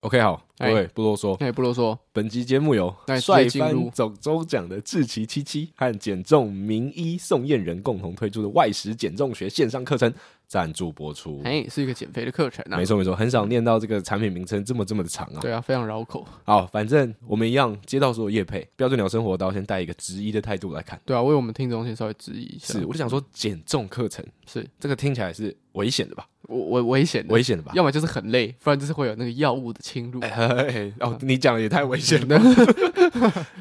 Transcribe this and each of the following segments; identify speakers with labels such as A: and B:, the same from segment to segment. A: OK，好，各
B: 哎
A: 位不多说。
B: 那也不啰嗦，
A: 本集节目由
B: 哎直接
A: 帅
B: 进入
A: 翻总州奖的志奇七七和减重名医宋燕人共同推出的外食减重学线上课程赞助播出。
B: 哎，是一个减肥的课程啊
A: 没。错没错，很少念到这个产品名称这么这么的长啊。
B: 对啊，非常绕口。
A: 好，反正我们一样接到所有业配，标准鸟生活刀先带一个质疑的态度来看。
B: 对啊，为我们听众先稍微质疑一下。
A: 是，我就想说减重课程
B: 是，
A: 这个听起来是危险的吧？
B: 我我危险的，
A: 危险的吧？
B: 要么就是很累，不然就是会有那个药物的侵入。
A: 哎 哎
B: 嗯
A: 哦，你讲的也太危险 了。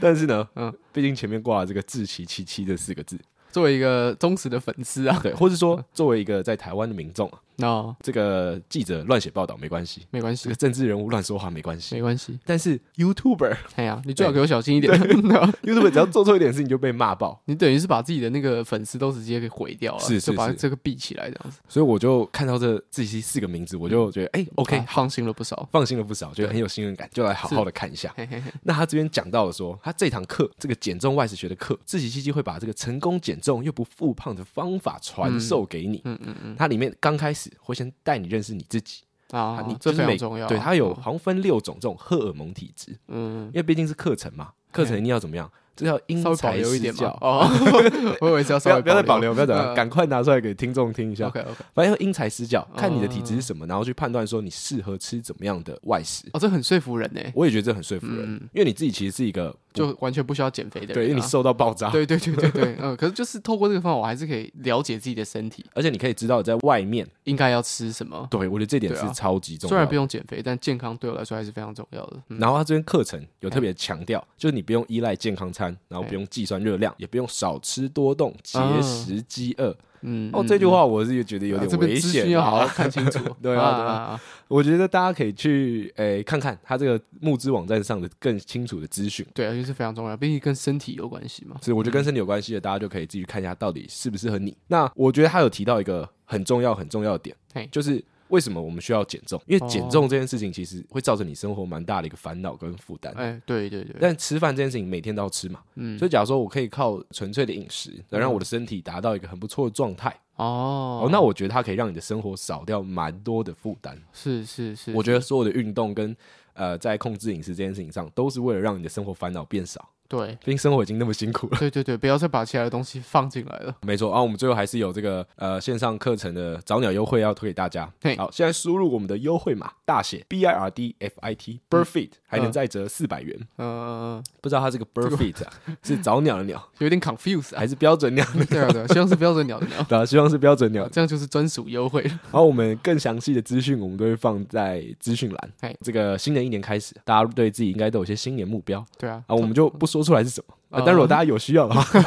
A: 但是呢，嗯
B: 嗯，
A: 毕竟前面挂了这个“志奇七七”这四个字，
B: 作为一个忠实的粉丝啊，
A: 对，或者说作为一个在台湾的民众啊，
B: 那、
A: 这个记者乱写报道没关系，
B: 没关
A: 这
B: 系
A: 个，政治人物乱说话没关系，
B: 没关系。
A: 但是 YouTuber
B: 哎呀，你最好给我小心一点。
A: YouTuber 只要做错一点事情就被骂爆，
B: 你等于是把自己的那个粉丝都直接给毁掉了，
A: 是是
B: 就把
A: 是
B: 这个闭起来这样子。
A: 所以我就看到这“志奇”四个名字，我就觉得哎，OK，
B: 啊
A: 好
B: 放心了不少。
A: 放心了不少，觉得很有信任感，就来好好的看一下。
B: 嘿嘿嘿，
A: 那他这边讲到了说，他这堂课这个减重外食学的课，自己七七会把这个成功减重又不复胖的方法传授给你。
B: 嗯嗯嗯，
A: 它里面刚开始会先带你认识你自己，
B: 啊，
A: 你就
B: 这
A: 是
B: 非常
A: 每
B: 重要啊。
A: 对，它有好像分六种这种荷尔蒙体质，
B: 嗯，
A: 因为毕竟是课程嘛，课程一定要怎么样，这叫因
B: 稍微保
A: 材
B: 留一
A: 施
B: 点嘛
A: 教。。
B: 哦， 我以为是要
A: 不
B: 稍
A: 要
B: 微
A: 不要再保留，不要再保留
B: 嗯
A: 赶快拿出来给听众听一下。
B: OK 嗯 OK，
A: 反正要因材施教，看你的体质是什么，然后去判断说你适合吃怎么样的外食。
B: 哦，这很说服人呢，
A: 我也觉得这很说服人，
B: 嗯
A: 因为你自己其实是一个不
B: 就完全不需要减肥的人啊。
A: 对，因为你瘦到爆炸，
B: 对对对对对，嗯，可是就是透过这个方法，我还是可以了解自己的身体
A: 而且你可以知道在外面，
B: 应该要吃什么。
A: 对我觉得这点
B: 对
A: 是
B: 啊
A: 超级重
B: 虽
A: 要
B: 然不
A: 的。
B: 用减肥，但健康对我来说还是非常重要的。嗯，
A: 然后他这边课程有特别强调，就是你不用依赖健康餐，然后
B: 哎
A: 不用计算热量，也不用少吃多动，节
B: 啊
A: 食饥饿。
B: 嗯
A: 哦，这句话我是觉得有
B: 啊
A: 点
B: 这边
A: 危
B: 资讯
A: 险
B: 要
A: 啊。
B: 好好看清楚
A: 。对啊对啊我觉得大家可以去诶看看他这个募资网站上的更清楚的资讯。
B: 对啊，因为是非常重要，毕竟跟身体有关系嘛。
A: 所以我觉得跟身体有关系的，大家就可以自己看一下到底适不适合你。那我觉得他有提到一个很重要、很重要的点
B: 嘿，
A: 就是为什么我们需要减重？因为
B: 哦
A: 减重这件事情其实会造成你生活蛮大的一个烦恼跟负担。
B: 哎，对对对，
A: 但吃饭这件事情每天都要吃嘛，
B: 嗯
A: 所以假如说我可以靠纯粹的饮食来让我的身体达到一个很不错的状态，
B: 哦
A: 哦，那我觉得它可以让你的生活少掉蛮多的负担。
B: 是是是，
A: 我觉得所有的运动跟呃在控制饮食这件事情上，都是为了让你的生活烦恼变少。
B: 对
A: 毕竟生活已经那么辛苦了，
B: 对对对，不要再把其他的东西放进来了。
A: 没错啊。我们最后还是有这个呃线上课程的早鸟优惠要推给大家
B: 嘿。
A: 好，现在输入我们的优惠码大写 B I R D F I T Bird Fit，还能再折四百元。
B: 嗯，
A: 嗯不知道它这个 Bird Fit 啊， 是早鸟的鸟
B: 有点 confuse 啊。
A: 还是标准鸟？
B: 对啊对啊，希望是标准鸟的鸟，
A: 对啊，希望是标准鸟。
B: 这样就是专属优惠了。
A: 然后我们更详细的资讯，我们都会放在资讯栏
B: 嘿。
A: 这个新的一年开始，大家对自己应该都有一些新年目标
B: 对啊，
A: 啊，我们就不说出来是什么。啊、
B: 哦
A: 但如果大家有需要的话，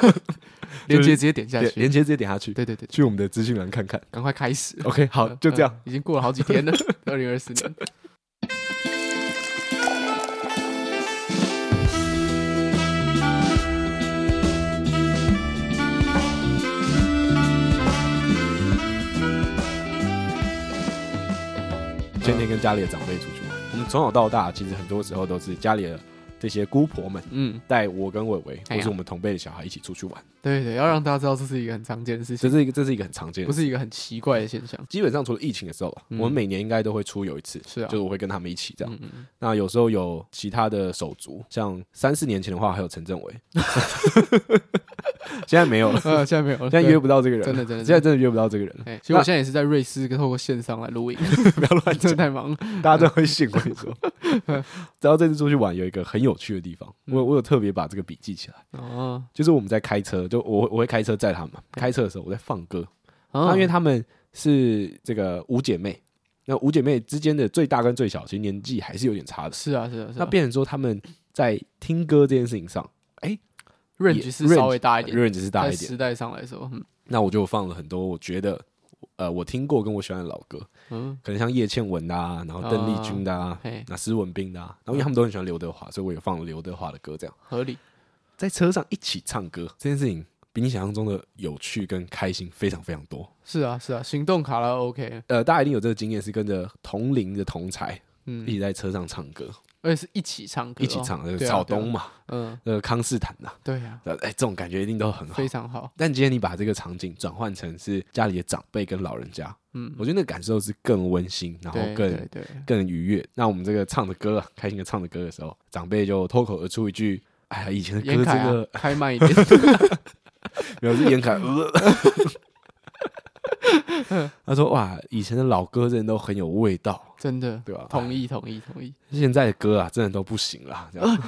B: 链
A: 就是
B: 接直接点下
A: 连
B: 去。
A: 连接直接点下去，
B: 对对对，
A: 去我们的资讯栏看看。
B: 赶快开始。
A: OK，好，哦就这样。
B: 嗯已经过了好几天了，二零二四 年。
A: 天天跟家里的长辈出去玩，
B: 嗯
A: 我们从小到大，其实很多时候都是家里的这些姑婆们
B: 嗯，
A: 带我跟伟伟，或
B: 哎呀
A: 是我们同辈的小孩一起出去玩，
B: 对对，要让大家知道这是一个很常见的事
A: 这
B: 情，
A: 是一个这是一个很常见
B: 不
A: 的。
B: 是一个很奇怪的现象。
A: 基本上除了疫情的时候，啊
B: 嗯
A: 我们每年应该都会出游一次，
B: 是啊
A: 就是我会跟他们一起这样。
B: 嗯嗯，
A: 那有时候有其他的手足，像三四年前的话，还有陈政 伟，现在没有了，
B: 嗯呃，现在没有了，
A: 现在约不到这个人，
B: 对真的真的
A: 现在。真的约不到这个人，
B: 哎，其实我现在也是在瑞士，透过线上来录影，
A: 不要乱讲
B: 真的，太忙了。
A: 大家真的会信我跟你 说。然后这次出去玩有一个很有趣的地方，我
B: 嗯
A: 我有特别把这个笔记起来，
B: 哦，
A: 就是我们在开车，就我我会开车载他们嘛，开车的时候我在放歌，
B: 嗯哦
A: 那因为他们是这个五姐妹，那五姐妹之间的最大跟最小其实年纪还是有点差的，
B: 是啊是啊是
A: 那
B: 啊，
A: 变成说他们在听歌这件事情上。啊也
B: range 是稍微
A: range-
B: 大一点，
A: range 是大
B: 在
A: 一点。
B: 时代上来说，嗯
A: 那我就放了很多我觉得呃我听过跟我喜欢的老歌，
B: 嗯，哦
A: 可能像叶倩文的啊，然后邓丽君的啊，
B: 嘿，
A: 那施文彬的啊，然后因为他们都很喜欢刘德华，所以我也放了刘德华的歌，这样
B: 合理。
A: 在车上一起唱歌这件事情。比你想象中的有趣跟开心非常非常多。
B: 是啊是啊，行动卡拉 OK，
A: 呃，大家一定有这个经验，是跟着同龄的同才
B: 嗯
A: 一，起在车上唱歌，
B: 而且是一起唱歌哦，
A: 一起唱那个
B: 对啊
A: 草东，嘛，
B: 对啊
A: 那个康斯坦呐、
B: 嗯，对啊，
A: 呃哎、这种感觉一定都很好
B: 非。常好。
A: 但今天你把这个场景转换成是家里的长辈跟老人家，
B: 嗯，
A: 我觉得那个感受是更温馨，然后
B: 对
A: 更
B: 对对，
A: 更愉悦。那我们这个唱着歌啊，开心的唱着歌的时候，长辈就脱口而出一句：“哎呀，以前的
B: 严
A: 歌
B: 凯
A: 真
B: 啊
A: 的，
B: 开慢 一点，
A: 没有是严凯。 呃”他说：“哇，以前的老歌真的都很有味道，
B: 真的，
A: 对吧？
B: 同意同意同意。
A: 现在的歌啊，真的都不行啦。”这样，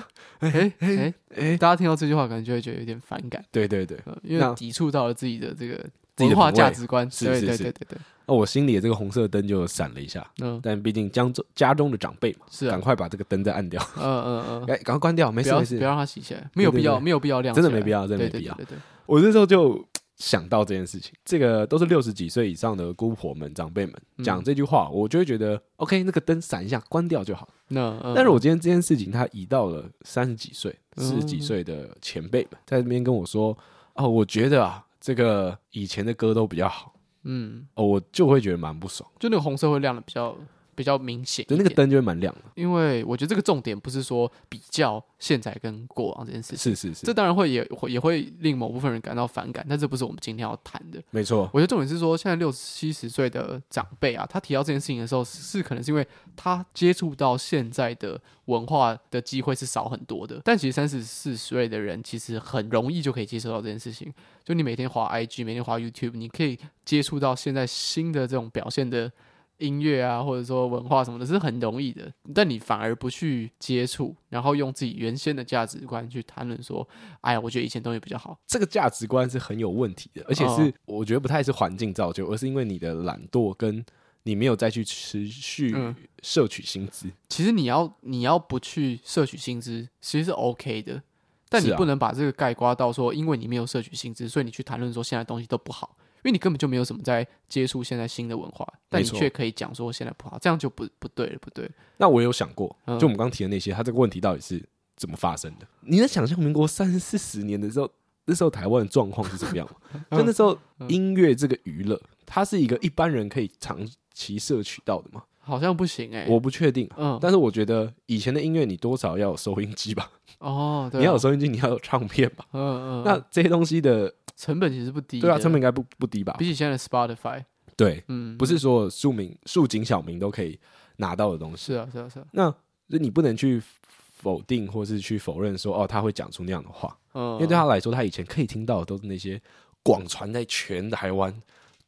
B: 哎哎
A: 哎
B: 哎，大家听到这句话，可能就会觉得有点反感，
A: 对对对。
B: 呃因
A: 那
B: 为抵触到了自己的这个
A: 自己的
B: 文化
A: 品味
B: 价值观。
A: 是
B: 对
A: 是
B: 对
A: 是
B: 对对对，
A: 那我心里的这个红色灯就闪了一下，
B: 嗯，
A: 但毕竟江中家中的长辈嘛，
B: 是
A: 赶
B: 啊，
A: 快把这个灯再按 掉，
B: 嗯嗯嗯，
A: 哎，赶快关掉，没
B: 不
A: 事
B: 要
A: 没
B: 不
A: 事
B: 要。让它洗起来，没有
A: 对对
B: 必要
A: 对
B: 没有必要亮起
A: 真
B: 来，
A: 的没必要真的没
B: 对
A: 必要
B: 对对对
A: 我那时候就想到这件事情，这个都是六十几岁以上的姑婆们、长辈们
B: 嗯
A: 讲这句话，我就会觉得 OK，那个灯闪一下，关掉就好。
B: 那嗯
A: 但是我今天这件事情，他移到了三十几岁、
B: 嗯
A: 四十几岁的前辈们，在那边跟我说：“哦，我觉得啊，这个以前的歌都比较好。
B: 嗯，”
A: 哦，我就会觉得蛮不爽，
B: 就那个红色会亮的比较比较明显一
A: 就
B: 点，
A: 那个灯就会蛮亮的。
B: 因为我觉得这个重点不是说比较现在跟过往这件事情，
A: 是是
B: 这
A: 是，
B: 当然会也会也会令某部分人感到反感，但这不是我们今天要谈的。
A: 没错，
B: 我觉得重点是说，现在六七十岁的长辈啊，他提到这件事情的时候，是是可能是因为他接触到现在的文化的机会是少很多的。但其实三十四岁的人，其实很容易就可以接受到这件事情。就你每天滑 IG，每天滑 YouTube，你可以接触到现在新的这种表现的音乐啊，或者说文化什么的，是很容易的。但你反而不去接触，然后用自己原先的价值观去谈论说，哎呀，我觉得以前东西比较好。
A: 这个价值观是很有问题的，而且
B: 哦
A: 是我觉得不太是环境造就，而是因为你的懒惰跟你没有再去持续
B: 嗯
A: 摄取薪资。
B: 其实你要你要不去摄取薪资，其实是 OK 的，但
A: 是
B: 你
A: 啊
B: 不能把这个概括到说，因为你没有摄取薪资，所以你去谈论说现在东西都不好，因为你根本就没有什么在接触现在新的文化，但你
A: 没错
B: 却可以讲说现在不好，这样就不不对了，不对了。
A: 那我有想过，
B: 嗯
A: 就我们刚提的那些，它这个问题到底是怎么发生的？你能想象民国三四十年的时候，那时候台湾的状况是怎么样 吗？
B: 嗯
A: 就那时候音乐这个娱乐，它是一个一般人可以长期摄取到的吗？
B: 好像不行哎、
A: 我不确定。啊
B: 嗯，
A: 但是我觉得以前的音乐，你多少要有收音机吧？
B: 哦，对啊、
A: 你要有收音机，你要有唱片吧？
B: 嗯嗯，
A: 那这些东西的，
B: 成本其实不低的，
A: 对啊，成本应该不不低吧
B: 比？起现在的 Spotify，
A: 对，
B: 嗯，
A: 不是所有庶民、庶井小民都可以拿到的东西。
B: 是啊是啊是啊，
A: 那就你不能去否定或是去否认说，哦，他会讲出那样的话，
B: 嗯，
A: 因为对他来说，他以前可以听到的都是那些广传在全台湾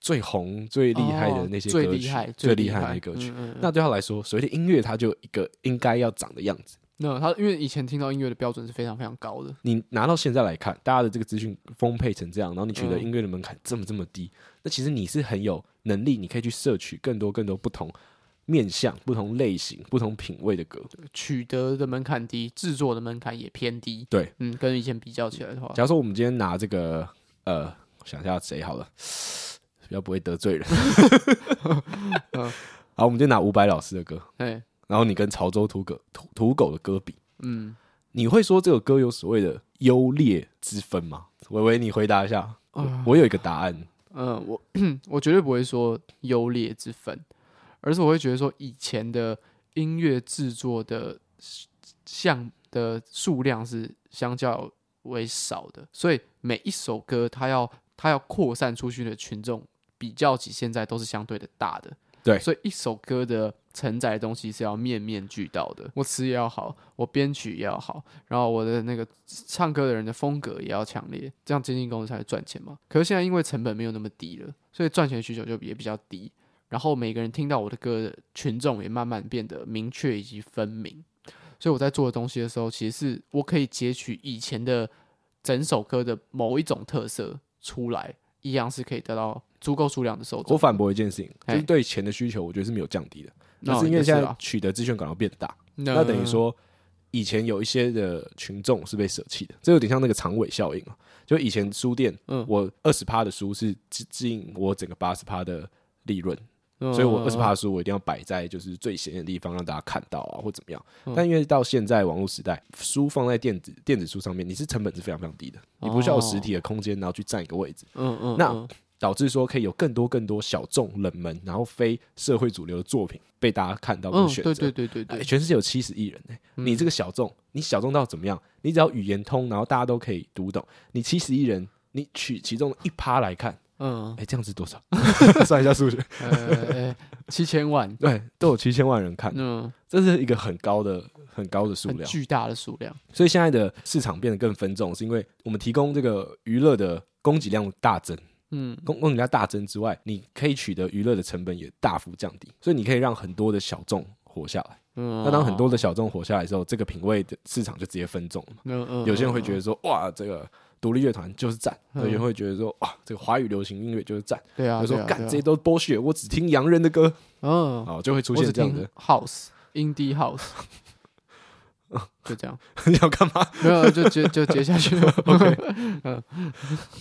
A: 最红、最厉害的那些
B: 哦
A: 歌
B: 最
A: 曲，
B: 厉害
A: 最
B: 厉
A: 厉害的那
B: 的
A: 些歌曲。
B: 嗯嗯嗯
A: 那对他来说，所谓的音乐，它就有一个应该要长的样子。
B: 那他因为以前听到音乐的标准是非常非常高的，
A: 你拿到现在来看，大家的这个资讯丰沛成这样，然后你取得
B: 嗯
A: 音乐的门槛这么这么低，那其实你是很有能力，你可以去摄取更多更多不同面向、不同类型、不同品味的歌。
B: 取得的门槛低，制作的门槛也偏低。
A: 对，
B: 嗯，跟以前比较起来的话，
A: 假如说我们今天拿这个，呃，我想一下谁好了， 比较不会得罪人。 好，我们就拿伍佰老师的歌，
B: 哎，
A: 然后你跟潮州土狗土土狗的歌比，
B: 嗯，
A: 你会说这首歌有所谓的优劣之分吗？维维，你回答一下。我
B: 啊
A: 我有一个答案，
B: 嗯，我 我绝对不会说优劣之分，而是我会觉得说以前的音乐制作的项的数量是相较为少的，所以每一首歌它要它要扩散出去的群众，比较起现在都是相对的大的。
A: 对
B: 所以一首歌的承载的东西是要面面俱到的，我词也要好，我编曲也要好，然后我的那个唱歌的人的风格也要强烈，这样经纪公司才会赚钱嘛。可是现在因为成本没有那么低了，所以赚钱需求就也比较低。然后每个人听到我的歌的群众也慢慢变得明确以及分明，所以我在做的东西的时候，其实是我可以截取以前的整首歌的某一种特色出来，一样是可以得到足够数量的受众。
A: 我反驳一件事情，就
B: 嘿
A: 是对钱的需求，我觉得是没有降低的，那
B: 哦
A: 是因为
B: 也
A: 现在
B: 啊
A: 取得资讯广要变大，
B: 那
A: 那等于说以前有一些的群众是被舍弃的，这有点像那个长尾效应啊。就以前书店，
B: 嗯
A: 我二十趴的书是支支应我整个八十趴的利润，
B: 嗯，
A: 所以我
B: 嗯
A: 二十趴的书我一定要摆在就是最显眼的地方让大家看到啊，或怎么样
B: 嗯。
A: 但因为到现在网络时代，书放在电子电子书上面，你是成本是非常非常低的，你不需要有实体的空间，然后去占一个位置。
B: 嗯嗯，
A: 那
B: 嗯
A: 导致说可以有更多更多小众冷门，然后非社会主流的作品被大家看到跟
B: 嗯，
A: 选择。
B: 对对对对
A: 哎
B: 对，
A: 全世界有七十亿人、欸
B: 嗯
A: 你这个小众，你小众到怎么样？你只要语言通，然后大家都可以读懂。你七十亿人，你取其中的一趴来看，
B: 嗯
A: 哎、，这样子多 少？算一下数学，
B: 呃， 七千万，
A: 对，都有七千万人看，
B: 嗯，
A: 这是一个很高的、很高的数
B: 很
A: 量。
B: 巨大的数量，
A: 所以现在的市场变得更分众，是因为我们提供这个娱乐的供给量大增，
B: 嗯
A: 供供给量大增之外，你可以取得娱乐的成本也大幅降低，所以你可以让很多的小众活下来。
B: 嗯，
A: 那当很多的小众活下来之后，这个品味的市场就直接分众了嘛。
B: 嗯，嗯嗯，
A: 有些人会
B: 嗯
A: 觉得说，哇，这个独立乐团就是赞；
B: 嗯
A: 有些人会觉得说，哇，这个华语流行音乐就是赞。
B: 对啊，
A: 有时
B: 对
A: 候
B: 啊
A: 干
B: 对啊
A: 这些都是 bullshit，我只听洋人的歌，
B: 嗯，
A: 哦，就会出
B: 我
A: 现
B: 只
A: 这样
B: 听
A: 的。
B: house indie house，就这样，
A: 你 要干嘛？
B: 没有就接就接下去
A: OK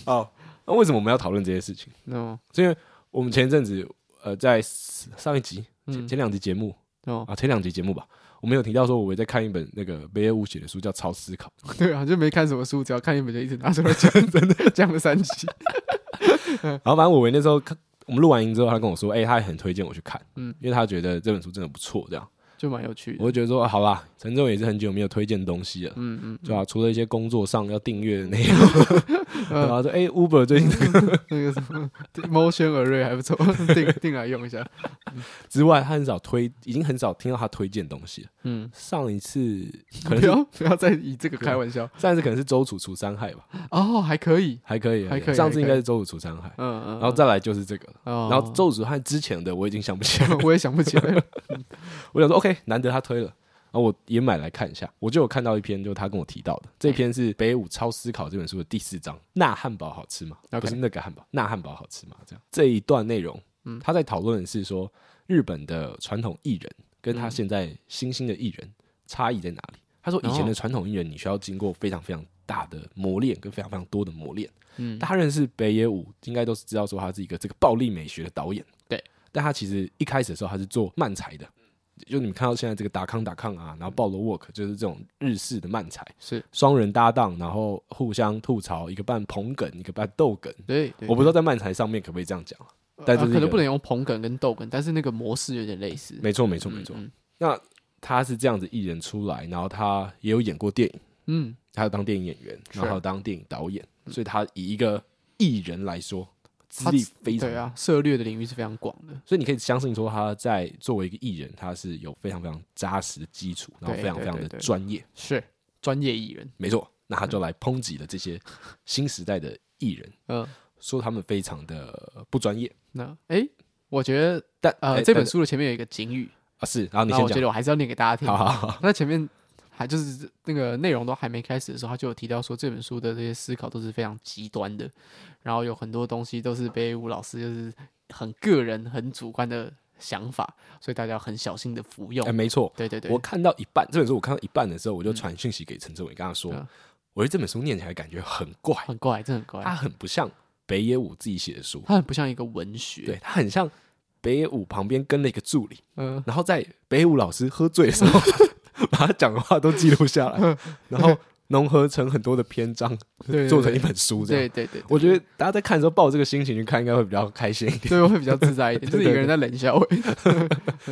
A: 哦，那为什么我们要讨论这些事情？
B: ，no
A: 是因为我们前一阵子呃，在上一集
B: 嗯
A: 前前两集节目
B: no，
A: 啊，前两集节目吧，我们有提到说，我在看一本那个北野武写的书，叫《超思考》。
B: 对啊，就没看什么书，只要看一本 就一直拿出来讲，真的讲了三集，嗯
A: 然后反正我维那时候看，我们录完音之后，他跟我说，哎、他也很推荐我去看，
B: 嗯
A: 因为他觉得这本书真的不错，这样。
B: 就蛮有趣
A: 我
B: 的，
A: 就觉得说，啊好啦，陈总也是很久没有推荐东西了。
B: 嗯嗯，
A: 对啊，除了一些工作上要订阅的内 容，然
B: 嗯
A: 后说，哎、u b e r 最近 这个
B: 那个什么 motion array 还不错， 定定来用一下，
A: 之外，他很少推，已经很少听到他推荐东西了。
B: 嗯，
A: 上一次可能
B: 不
A: 是
B: 要不要再以这个开玩笑，
A: 上一次可能是周楚除伤害吧，
B: 哦，还可以，
A: 还可以，
B: 还可以
A: 上次
B: 还可以哦
A: 应该是周楚除伤害，
B: 嗯嗯，
A: 然后再来就是这个了。然
B: 然
A: 后周楚除害之前的我已经想不起来了，
B: 我也想不起来了，
A: 我想说 OK，难得他推了，然后我也买来看一下。我就有看到一篇，就是他跟我提到的，这篇是《北武超思考》这本书的第四章。那汉堡好吃吗？
B: OK
A: 不是那个汉堡，那汉堡好吃吗？这样这一段内容，
B: 嗯
A: 他在讨论的是说日本的传统艺人跟他
B: 嗯
A: 现在新兴的艺人差异在哪里。 他说以前
B: 哦
A: 的传统艺人，你需要经过非常非常大的磨练，跟非常非常多的磨练。
B: 嗯
A: 大家认识北野武，应该都是知道说他是一个这个暴力美学的导演。
B: 对，
A: 但他其实一开始的时候他是做漫才的，就你们看到现在这个达康达康啊，然后暴罗 work 就是这种日式的漫才，
B: 是
A: 双人搭档，然后互相吐槽，一个扮捧梗，一个扮逗梗。
B: 对，对
A: 我不知道在漫才上面可不可以这样讲，但
B: 啊
A: 这是一
B: 可能
A: 个
B: 不能用捧梗跟逗梗，但是那个模式有点类似。
A: 没错，没错，没错。
B: 嗯
A: 那他是这样子艺人出来，然后他也有演过电影，
B: 嗯，
A: 他有当电影演员，
B: 是
A: 然后还有当电影导演，所以他以一个艺人来说，资
B: 他
A: 历非常
B: 对啊，涉猎的领域是非常广的。
A: 所以你可以相信说，他在作为一个艺人，他是有非常非常扎实的基础，然后非常非
B: 对对
A: 常的
B: 对嗯对
A: 专业。
B: 是专业艺人，
A: 没错，那他就来抨击了这些新时代的艺人，
B: 嗯、
A: 说他们非常的不专业。
B: 那诶，我觉得
A: 但
B: 呃、
A: 哎
B: 这本
A: 但
B: 书的前面有一个警语，
A: 啊是，然后你
B: 然后
A: 先
B: 我觉
A: 讲，
B: 得嗯我还是要念给大家听。
A: 好好好，
B: 那前面还就是那个内容都还没开始的时候，他就有提到说这本书的这些思考都是非常极端的，然后有很多东西都是北野武老师就是很个人、很主观的想法，所以大家要很小心的服用。
A: 哎，没错，
B: 对对对，
A: 我看到一半，这本书我看到一半的时候，我就传讯息给陈志伟，跟他说
B: 嗯，
A: 我觉得这本书念起来感觉很怪，
B: 很怪，真的很怪。
A: 它很不像北野武自己写的书，
B: 它很不像一个文学。
A: 对，，它很像北野武旁边跟了一个助理，
B: 嗯、
A: 然后在北舞老师喝醉的时候， 把他讲的话都记录下来， 然后融合成很多的篇章，
B: 对，
A: 做成一本书这
B: 对
A: 样。
B: 对对，
A: 我觉得大家在看的时候抱这个心情去看，应该会比较开心一点。
B: 对我会比较自在 一点，就
A: 对
B: 是一
A: 对
B: 个人在冷笑话，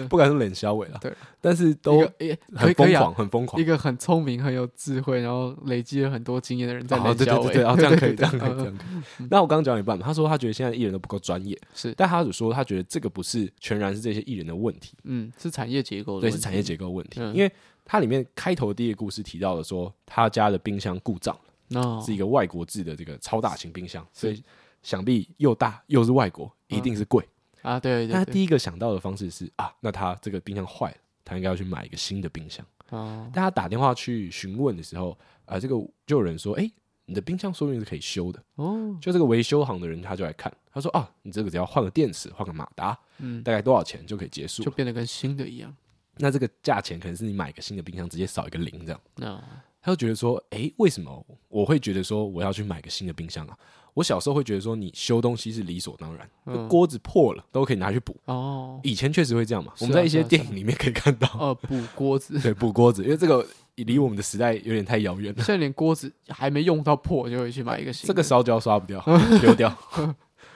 A: 不管是冷小伟了，
B: 对，
A: 但是
B: 一
A: 都
B: 个诶可
A: 很
B: 以可
A: 疯
B: 以啊
A: 狂，，很疯狂
B: 一。个很聪明、很有智慧，然后累积了很多经验的人在
A: 哦，
B: 冷
A: 对
B: 笑
A: 对
B: 话，
A: 对对，然后这样可以，这 样
B: 对嗯
A: 可以，这样可以。那我刚刚讲一半嘛，他说他觉得现在艺人都不够专业，
B: 是
A: 但他有说他觉得这个不是全然是这些艺人的问题，
B: 嗯，是产业结构的
A: 对，
B: 问
A: 是
B: 题，
A: 产业结构问题。
B: 嗯
A: 因为它里面开头第一个故事提到了说他家的冰箱故障。
B: 哦，
A: 是一个外国制的这个超大型冰箱，所以想必又大又是外国，一定是贵。
B: 啊，对
A: 但
B: 对
A: 他
B: 对，
A: 第一个想到的方式是啊，那他这个冰箱坏了，他应该要去买一个新的冰箱。
B: 哦，
A: 但他打电话去询问的时候，啊、这个就有人说，哎、你的冰箱说不定是可以修的。
B: 哦，
A: 就这个维修行的人他就来看，他说啊，你这个只要换个电池，换个马达，
B: 嗯，
A: 大概多少钱就可以结束
B: 就
A: 了。
B: 变得跟新的一样，
A: 那这个价钱可能是你买一个新的冰箱直接少一个零这样。
B: 那
A: 他就觉得说，诶，为什么我会觉得说我要去买个新的冰箱啊？我小时候会觉得说，你修东西是理所当然，
B: 嗯
A: 锅子破了都可以拿去补。
B: 哦，
A: 以前确实会这样嘛，
B: 是
A: 我
B: 啊
A: 们在一些
B: 是啊
A: 电影里面可以看到，
B: 呃，补锅子，
A: 对，补锅子，因为这个离我们的时代有点太遥远了。
B: 现在连锅子还没用到破就会去买一个新
A: 这
B: 的，
A: 个烧
B: 嗯
A: 焦刷不掉，丢掉。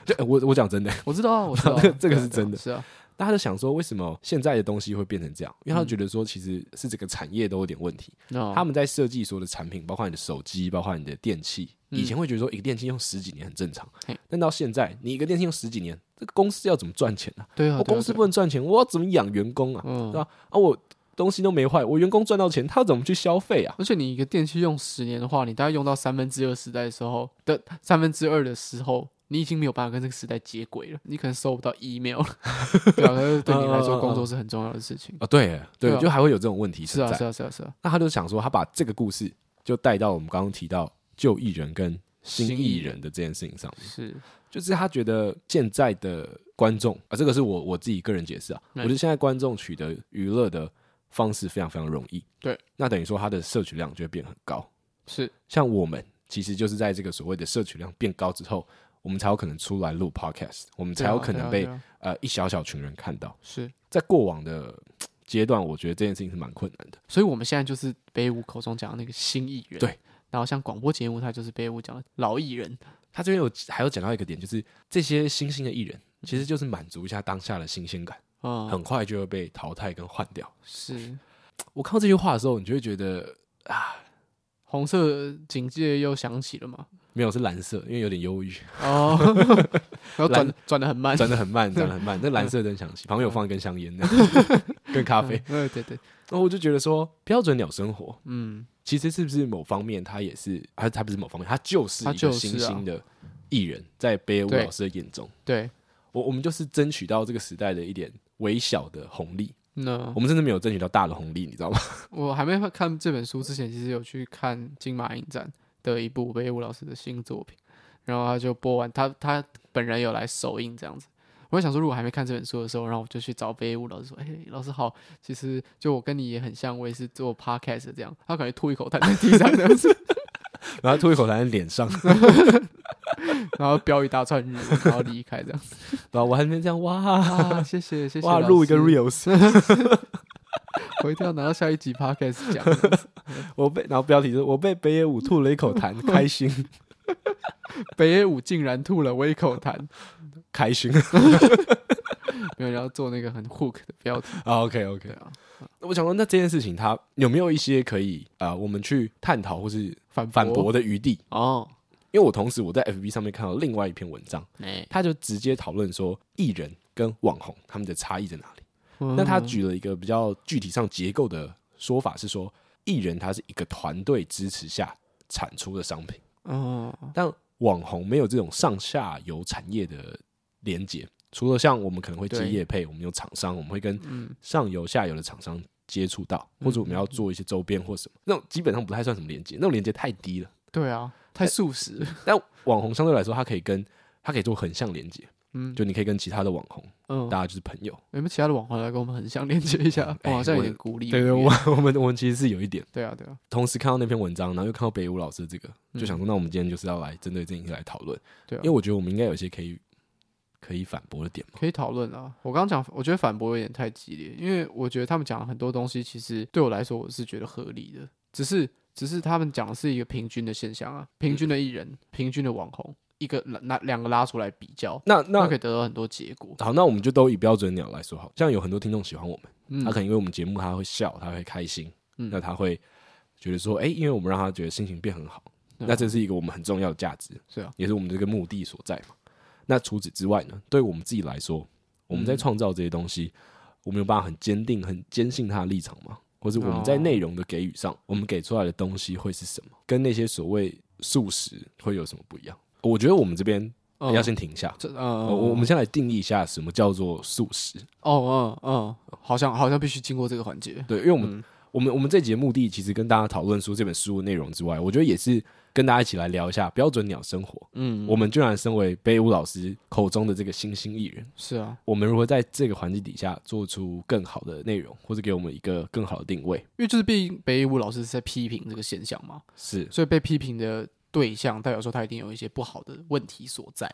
A: 就诶我我讲真的，
B: 我知道啊，我知道啊
A: ，这个是
B: 对啊对啊
A: 真的
B: 是啊，
A: 那他就想说，为什么现在的东西会变成这样？因为他觉得说，其实是整个产业都有点问题。
B: 那
A: 他们在设计所有的产品，包括你的手机，包括你的电器，以前会觉得说一个哎电器用十几年很正常
B: 嗯嘿，
A: 但到现在你一个电器用十几年，这个公司要怎么赚钱呢、
B: 对啊，
A: 我
B: 对啊
A: 公司
B: 对啊
A: 不能赚钱，我要怎么养员工啊？
B: 嗯
A: 对吧？啊，我东西都没坏，我员工赚到钱，他怎么去消费啊？
B: 而且你一个电器用十年的话，你大概用到三分之二时代的时候的三分之二的时候，你已经没有办法跟这个时代接轨了，你可能收不到 email，对啊，可是对你来说，工作是很重要的事情。
A: 啊，对
B: 对
A: 对，
B: 啊
A: 就还会有这种问题
B: 是
A: 存
B: 啊，
A: 在
B: 是。啊，是啊，是啊，
A: 那他就想说，他把这个故事就带到我们刚刚提到旧艺人跟新艺人的这件事情上面，
B: 是
A: 就是他觉得现在的观众啊，这个是我我自己个人解释啊，我
B: 嗯
A: 觉得现在观众取得娱乐的方式非常非常容易，
B: 对，
A: 那等于说他的摄取量就会变很高。
B: 是，
A: 像我们其实就是在这个所谓的摄取量变高之后，我们才有可能出来录 podcast，我们才有可
B: 对啊
A: 能
B: 对啊
A: 被
B: 对啊
A: 呃一小小群人看到。
B: 是。
A: 在过往的嘖阶段，我觉得这件事情是蛮困难的。
B: 所以我们现在就是北舞口中讲的那个新艺人，
A: 对。
B: 然后像广播节目，它就是北舞讲的老艺人，
A: 他这边有还有讲到一个点，就是这些新兴的艺人，其实就是满足一下当下的新鲜感，
B: 嗯，
A: 很快就会被淘汰跟换掉。
B: 是
A: 我看到这句话的时候，你就会觉得
B: 红色警戒又响起了嘛？
A: 没有是蓝色，因为有点忧 郁，
B: 哦，然后转
A: 蓝
B: 转的很慢，
A: 转的很慢，转的很慢。那蓝色灯响起，旁边有放一根香烟，那样 跟咖啡。
B: 嗯，对对对，
A: 然后我就觉得说，标准鸟生活
B: 嗯，
A: 其实是不是某方面他也是，他他不是某方面，他就是
B: 他
A: 一
B: 就
A: 个
B: 是啊
A: 新兴的艺人，在北野武
B: 对
A: 老师的眼中，
B: 对，
A: 我我们就是争取到这个时代的一点微小的红利，
B: 那
A: 我们真的没有争取到大的红利，你知道吗？
B: 我还没看这本书之前，其实有去看金马影展的一部北野武老师的新作品，然后他就播完，他他本人有来首映这样子。我就想说，如果还没看这本书的时候，然后我就去找北野武老师说：“哎、老师好，其实就我跟你也很像，我也是做 podcast 的这样。”他可能吐一口痰在地上这样子，
A: 然后吐一口痰在脸上，
B: 然后飙一大串日文，然后离开这样子。
A: 然后我还没这样哇
B: 啊，谢谢谢谢
A: 哇
B: 老
A: 录一个
B: 师
A: reels，
B: 我一定要拿到下一集 podcast 讲。
A: 我被然后标题就是我被北野武吐了一口 痰，开心
B: 北野武竟然吐了我一口痰，
A: 开 心
B: 没有，你要做那个很 hook 的标题。
A: 啊，OK OK
B: 对啊，
A: 我想说那这件事情它有没有一些可以啊、呃我们去探讨或是
B: 反
A: 反驳的余地？
B: 哦，
A: 因为我同时我在 FB 上面看到另外一篇文章，
B: 没、
A: 他就直接讨论说艺人跟网红他们的差异在哪里。那
B: 那
A: 他举了一个比较具体上结构的说法是说，艺人他是一个团队支持下产出的商品，
B: 哦，
A: 但网红没有这种上下游产业的连接。除了像我们可能会接
B: 对
A: 业配，我们有厂商，我们会跟
B: 嗯，
A: 上游、下游的厂商接触到，或者我们要做一些周边或什么，那种基本上不太算什么连接，那种连接太低了。
B: 对啊，太素食了，
A: 但网红相对来说，它可以跟它可以做横向连接，
B: 嗯
A: 就你可以跟其他的网红，
B: 嗯，
A: 大家就是朋友。
B: 有没有其他的网红来跟我们很像连接一下？
A: 哎
B: 我好像有
A: 我
B: 点孤立。
A: 对对，我我们我们其实是有一点，
B: 对啊，对啊，
A: 同时看到那篇文章，然后又看到北舞老师这个，
B: 嗯
A: 就想说，那我们今天就是要来针对这件事来讨论，
B: 对啊
A: 因为我觉得我们应该有一些可以可以反驳的点嘛。
B: 可以讨论啊。我刚刚讲，我觉得反驳有点太激烈，因为我觉得他们讲的很多东西，其实对我来说我是觉得合理的，只是只是他们讲的是一个平均的现象啊，平均的艺人，平均的网红，一个拿两个拉出来比较，
A: 那
B: 那
A: 那
B: 可以得到很多结果。
A: 好，那我们就都以标准鸟来说好，像有很多听众喜欢我们，
B: 嗯
A: 他啊可能因为我们节目他会笑，他会开心，
B: 嗯
A: 那他会觉得说，哎、因为我们让他觉得心情变很好，
B: 对啊
A: 那这是一个我们很重要的价值，
B: 是啊，
A: 也是我们这个目的所在嘛。那除此之外呢，对我们自己来说，我
B: 嗯
A: 们在创造这些东西，我们有办法很坚定、很坚信他的立场吗？或是我们在内容的给予
B: 哦
A: 上，我们给出来的东西会是什么？跟那些所谓素食会有什么不一样？我觉得我们这边
B: 嗯
A: 要先停下，
B: 这
A: 呃
B: 呃，
A: 我我们先来定义一下什么叫做素食。
B: 哦嗯嗯，好像好像必须经过这个环节。
A: 对，因为我
B: 嗯
A: 们、我们我们这节目的其实跟大家讨论出这本书的内容之外，我觉得也是跟大家一起来聊一下标准鸟生活。
B: 嗯，
A: 我们居然身为北舞老师口中的这个新兴艺人，
B: 是啊，
A: 我们如何在这个环境底下做出更好的内容，或者给我们一个更好的定位？
B: 因为就是毕竟北野武老师是在批评这个现象嘛，
A: 是
B: 所以被批评的对象代表说他一定有一些不好的问题所在。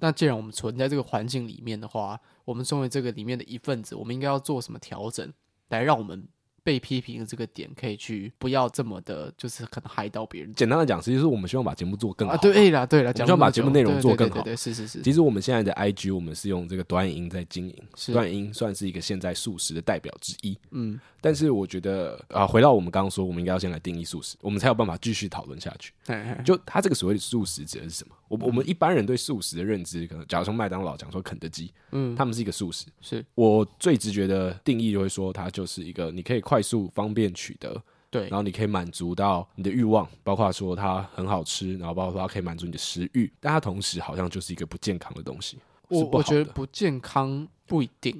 B: 那既然我们存在这个环境里面的话，我们身为这个里面的一份子，我们应该要做什么调整，来让我们被批评的这个点，可以去不要这么的，就是可能害到别人
A: 简单的讲，其实是我们希望把节目做更好。
B: 啊。对啦，对啦，
A: 希
B: 讲
A: 望
B: 那么
A: 把节
B: 久
A: 目内容
B: 对
A: 做
B: 对
A: 更
B: 对
A: 好
B: 对对，是是是，
A: 其实我们现在的 IG，我们是用这个短影音在经营，
B: 是
A: 短影音算是一个现在素食的代表之一。
B: 嗯，
A: 但是我觉得啊、回到我们刚刚说，我们应该要先来定义素食，我们才有办法继续讨论下去。
B: 嘿嘿
A: 就它这个所谓的素食指的是什么？
B: 嗯
A: 我我们一般人对素食的认知，可能假如说麦当劳讲说肯德基，
B: 嗯，
A: 他们是一个素食。
B: 是
A: 我最直觉的定义就会说，它就是一个你可以快速方便取得，
B: 对
A: 然，后你可以满足到你的欲望，包括说它很好吃，然后包括它可以满足你的食欲，但它同时好像就是一个不健康的东西。
B: 我
A: 是不
B: 我
A: 好
B: 觉得
A: 的
B: 不健康不一定，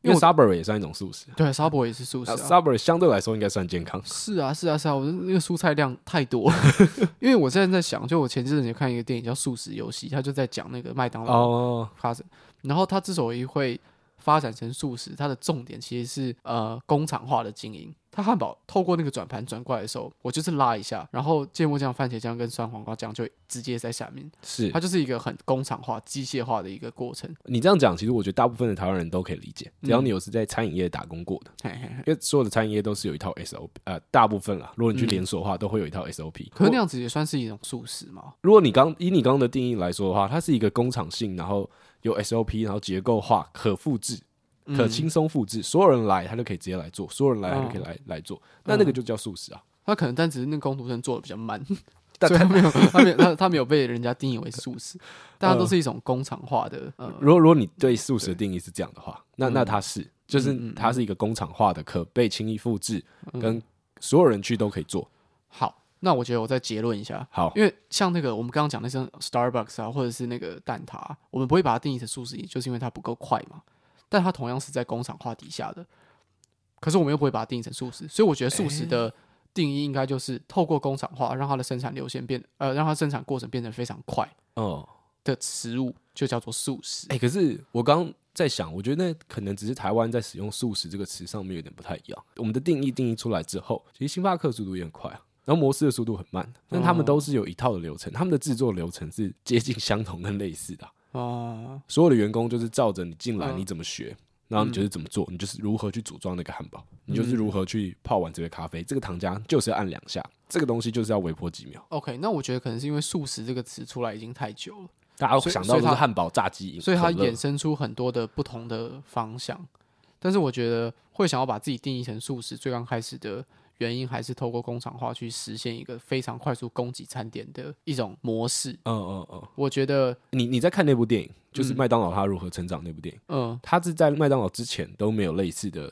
A: 因为 Subway 也算一种素食，
B: 对 s u b w a 也是素食
A: 那
B: 啊。
A: Subway 相对来说应该算健康。
B: 是啊，是啊，是啊，我的那个蔬菜量太 多了，因为我现在在想，就我前阵子也看一个电影叫《素食游戏》，他就在讲那个麦当劳
A: 哦，
B: 发展，然后他之所以会发展成素食，它的重点其实是呃工厂化的经营。它汉堡透过那个转盘转过来的时候，我就是拉一下，然后芥末酱、番茄酱跟酸黄瓜酱就直接在下面，
A: 是
B: 它就是一个很工厂化、机械化的一个过程。
A: 你这样讲，其实我觉得大部分的台湾人都可以理解，
B: 嗯
A: 只要你有是在餐饮业打工过的，
B: 嘿嘿嘿。
A: 因为所有的餐饮业都是有一套 SOP，呃，大部分啦，如果你去连锁的话，都会有一套 SOP。
B: 嗯可是那样子也算是一种素食嘛？
A: 如果你刚以你刚刚的定义来说的话，它是一个工厂性，然后有 SOP，然后结构化、可复制、
B: 嗯
A: 可轻松复制，所有人来他就可以直接来做，所有人来他就
B: 哦
A: 可以来、来做，那那个就叫素食啊。
B: 他可能但只是那工读生做的比较慢，
A: 但
B: 所以他没 有，他没有，他他没有被人家定义为素食，但它
A: 嗯
B: 都是一种工厂化的，呃，
A: 如果如果你对素食的定义是这样的话，那那它是
B: 嗯
A: 就是它是一个工厂化的、可被轻易复制，跟所有人去都可以做。
B: 好。那我觉得我再结论一下，
A: 好，
B: 因为像那个我们刚刚讲那像 Starbucks 啊，或者是那个蛋挞啊，我们不会把它定义成素食，就是因为它不够快嘛。但它同样是在工厂化底下的，可是我们又不会把它定义成素食，所以我觉得素食的定义应该就是透过工厂化，让它的生产流线变，呃，让它生产过程变得非常快
A: 哦、
B: 的食物，就叫做素食。
A: 哎、可是我刚刚在想，我觉得那可能只是台湾在使用“素食”这个词上面有点不太一样。我们的定义定义出来之后，其实星巴克速度也很快啊，然后摩斯的速度很慢，啊但
B: 哦
A: 他们都是有一套的流程，他们的制作流程是接近相同跟类似的啊、
B: 哦，
A: 所有的员工就是照着你进来
B: 嗯
A: 你怎么学，然后你就是怎么做，你就是如何去组装那个汉堡，你就是
B: 嗯
A: 如何去泡完这杯咖啡，这个糖浆就是要按两下，这个东西就是要微波几秒，
B: OK，那我觉得可能是因为“素食”这个词出来已经太久了，
A: 大家
B: 所以
A: 想到
B: 所以
A: 的
B: 它
A: 是汉堡、炸鸡、
B: 所以它
A: 可乐
B: 衍生出很多的不同的方向。但是我觉得会想要把自己定义成素食，最刚开始的原因还是透过工厂化去实现一个非常快速供给餐点的一种模式。
A: 嗯嗯嗯，
B: 我觉得，
A: 你你在看那部电影，就是麦当劳它如何成长那部电影。
B: 嗯，
A: 他是在麦当劳之前都没有类似的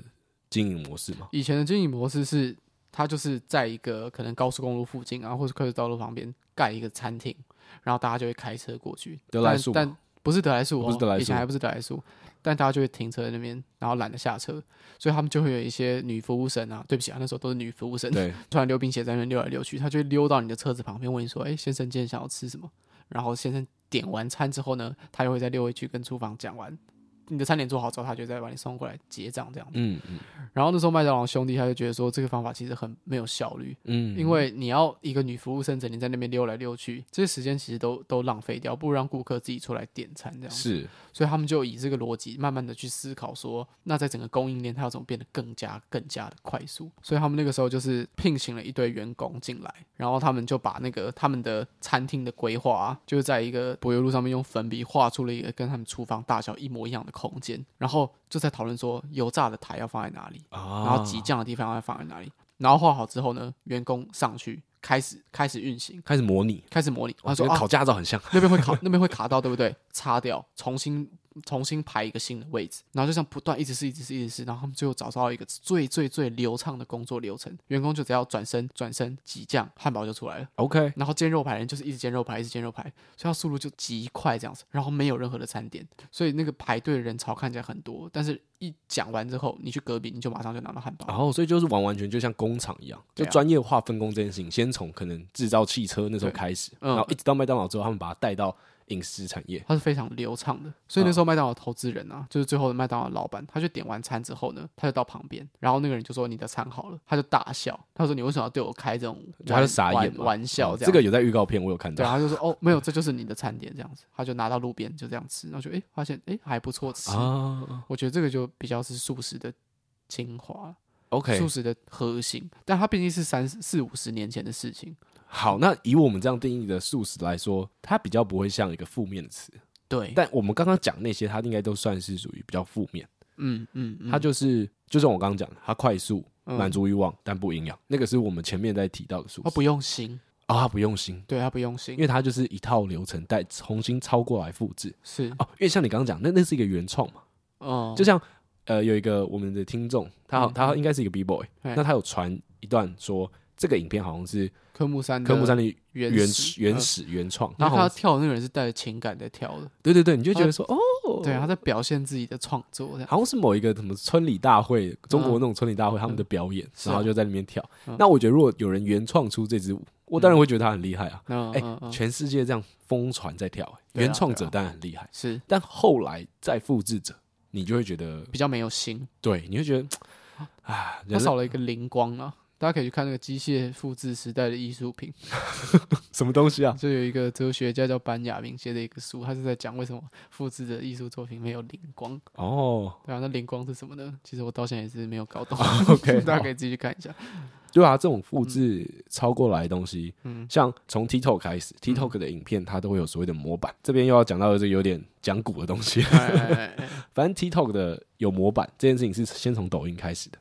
A: 经营模式 吗？
B: 以前的经营模式是，它就是在一个可能高速公路附近啊，或是快速道路旁边盖一个餐厅，然后大家就会开车过去。
A: 德莱树吗
B: 但但不是德莱树、哦，
A: 不是德莱树
B: 以前还不是德莱树，但大家就会停车在那边，然后懒得下车，所以他们就会有一些女服务生啊，对不起啊，那时候都是女服务生，
A: 对，
B: 突然溜冰鞋在那边溜来溜去，他就会溜到你的车子旁边，问你说：“哎、先生，今天想要吃什么？”然后先生点完餐之后呢，他又会再溜回去跟厨房讲完。你的餐点做好之后，他就再把你送过来结账，这样子。
A: 嗯嗯
B: 然后那时候麦当劳兄弟他就觉得说这个方法其实很没有效率，
A: 嗯，
B: 因为你要一个女服务生整天在那边溜来溜去，这些时间其实都都浪费掉，不如让顾客自己出来点餐这样。
A: 是
B: 所以他们就以这个逻辑慢慢的去思考说，那在整个供应链它要怎么变得更加更加的快速。所以他们那个时候就是聘请了一堆员工进来，然后他们就把那个他们的餐厅的规划、啊，就是在一个柏油路上面用粉笔画出了一个跟他们厨房大小一模一样的空间，然后就在讨论说油炸的台要放在哪里，
A: 啊
B: 然后挤酱的地方要放在哪里。然后画好之后呢，员工上去开始开始运行，
A: 开始模拟，
B: 开始模拟。他
A: 我觉
B: 说
A: 得
B: 啊，
A: 哦考驾照很像，
B: 那边会卡，那边会卡到，对不对？擦掉，重新重新排一个新的位置，然后就这样不断一直试，一直试，一直试，然后他们最后找到一个最最最流畅的工作流程，员工就只要转身转身挤酱，汉堡就出来了。
A: OK，
B: 然后煎肉排人就是一直煎肉排，一直煎肉排，所以它速度就极快这样子，然后没有任何的餐点，所以那个排队的人潮看起来很多，但是一讲完之后，你去隔壁你就马上就拿到汉堡。
A: 然后哦所以就是完完全就像工厂一样，就
B: 对啊
A: 专业化分工这件事情，先从可能制造汽车那时候开始，
B: 嗯
A: 然后一直到麦当劳之后，他们把它带到饮食产业，
B: 它是非常流畅的。所以那时候
A: 嗯
B: 麦当劳投资人啊，就是最后的麦当劳老板，他去点完餐之后呢，他就到旁边，然后那个人就说：“你的餐好了。”他就大笑，他说：“你为什么要对我开这种
A: 就他
B: 玩
A: 就傻眼
B: 玩
A: 嘛，
B: 玩笑
A: 嗯
B: 这样？”
A: 这个有在预告片我有看
B: 对，
A: 到，
B: 他就说：“哦，没有，这就是你的餐点这样子。”他就拿到路边就这样吃，然后就诶发现诶还不错吃。
A: 啊，
B: 我觉得这个就比较是素食的精华。
A: OK，
B: 素食的核心，但它毕竟是三四五十年前的事情。
A: 好，那以我们这样定义的素食来说，它比较不会像一个负面的词，
B: 对，
A: 但我们刚刚讲那些，它应该都算是属于比较负面。
B: 嗯嗯，嗯
A: 它就是就像我刚刚讲的，它快速
B: 嗯
A: 满足欲望，但不营养。那个是我们前面在提到的素
B: 它
A: 食
B: 不用心，
A: 啊，它不用心，
B: 对，它不用心，
A: 因为它就是一套流程，再重新抄过来复制。
B: 是
A: 哦，因为像你刚刚讲，那那是一个原创嘛，
B: 哦，
A: 就像呃有一个我们的听众，他好
B: 嗯
A: 他应该是一个 B boy，
B: 嘿
A: 那他有传一段说这个影片好像是
B: 科目三的
A: 科目三的
B: 原
A: 原
B: 始
A: 原
B: 嗯
A: 始原创，
B: 然
A: 他
B: 后
A: 好
B: 他
A: 像
B: 跳的那个人是带着情感在跳的，
A: 对对对，你就觉得说哦，
B: 对，啊他在表现自己的创作， 这样
A: 好像是某一个什么村里大会，中国那种村里大会他们的表演，
B: 嗯是啊
A: 然后就在那边跳
B: 嗯。
A: 那我觉得如果有人原创出这支舞，我当然会觉得他很厉害啊！
B: 嗯
A: 哎
B: 嗯嗯，
A: 全世界这样疯传在跳，哎
B: 对啊
A: 原创者
B: 对啊
A: 当然很厉害，
B: 是
A: 但后来再复制者，你就会觉得
B: 比较没有心，
A: 对，你会觉得啊，
B: 他
A: 人类
B: 少了一个灵光啊。大家可以去看那个机械复制时代的艺术品，
A: 什么东西啊？
B: 就有一个哲学家叫班亚明写的一个书，他是在讲为什么复制的艺术作品没有灵光。
A: 哦，
B: 对啊，那灵光是什么呢？其实我到现在也是没有搞懂。
A: OK，
B: 大家可以自己去看 一下。
A: 对啊，这种复制超过来的东西，
B: 嗯
A: 像从 TikTok 开始，TikTok 的影片它都会有所谓的模板。这边又要讲到的这个有点讲古的东西，
B: 哎哎哎哎
A: 反正 TikTok 的有模板这件事情是先从抖音开始的，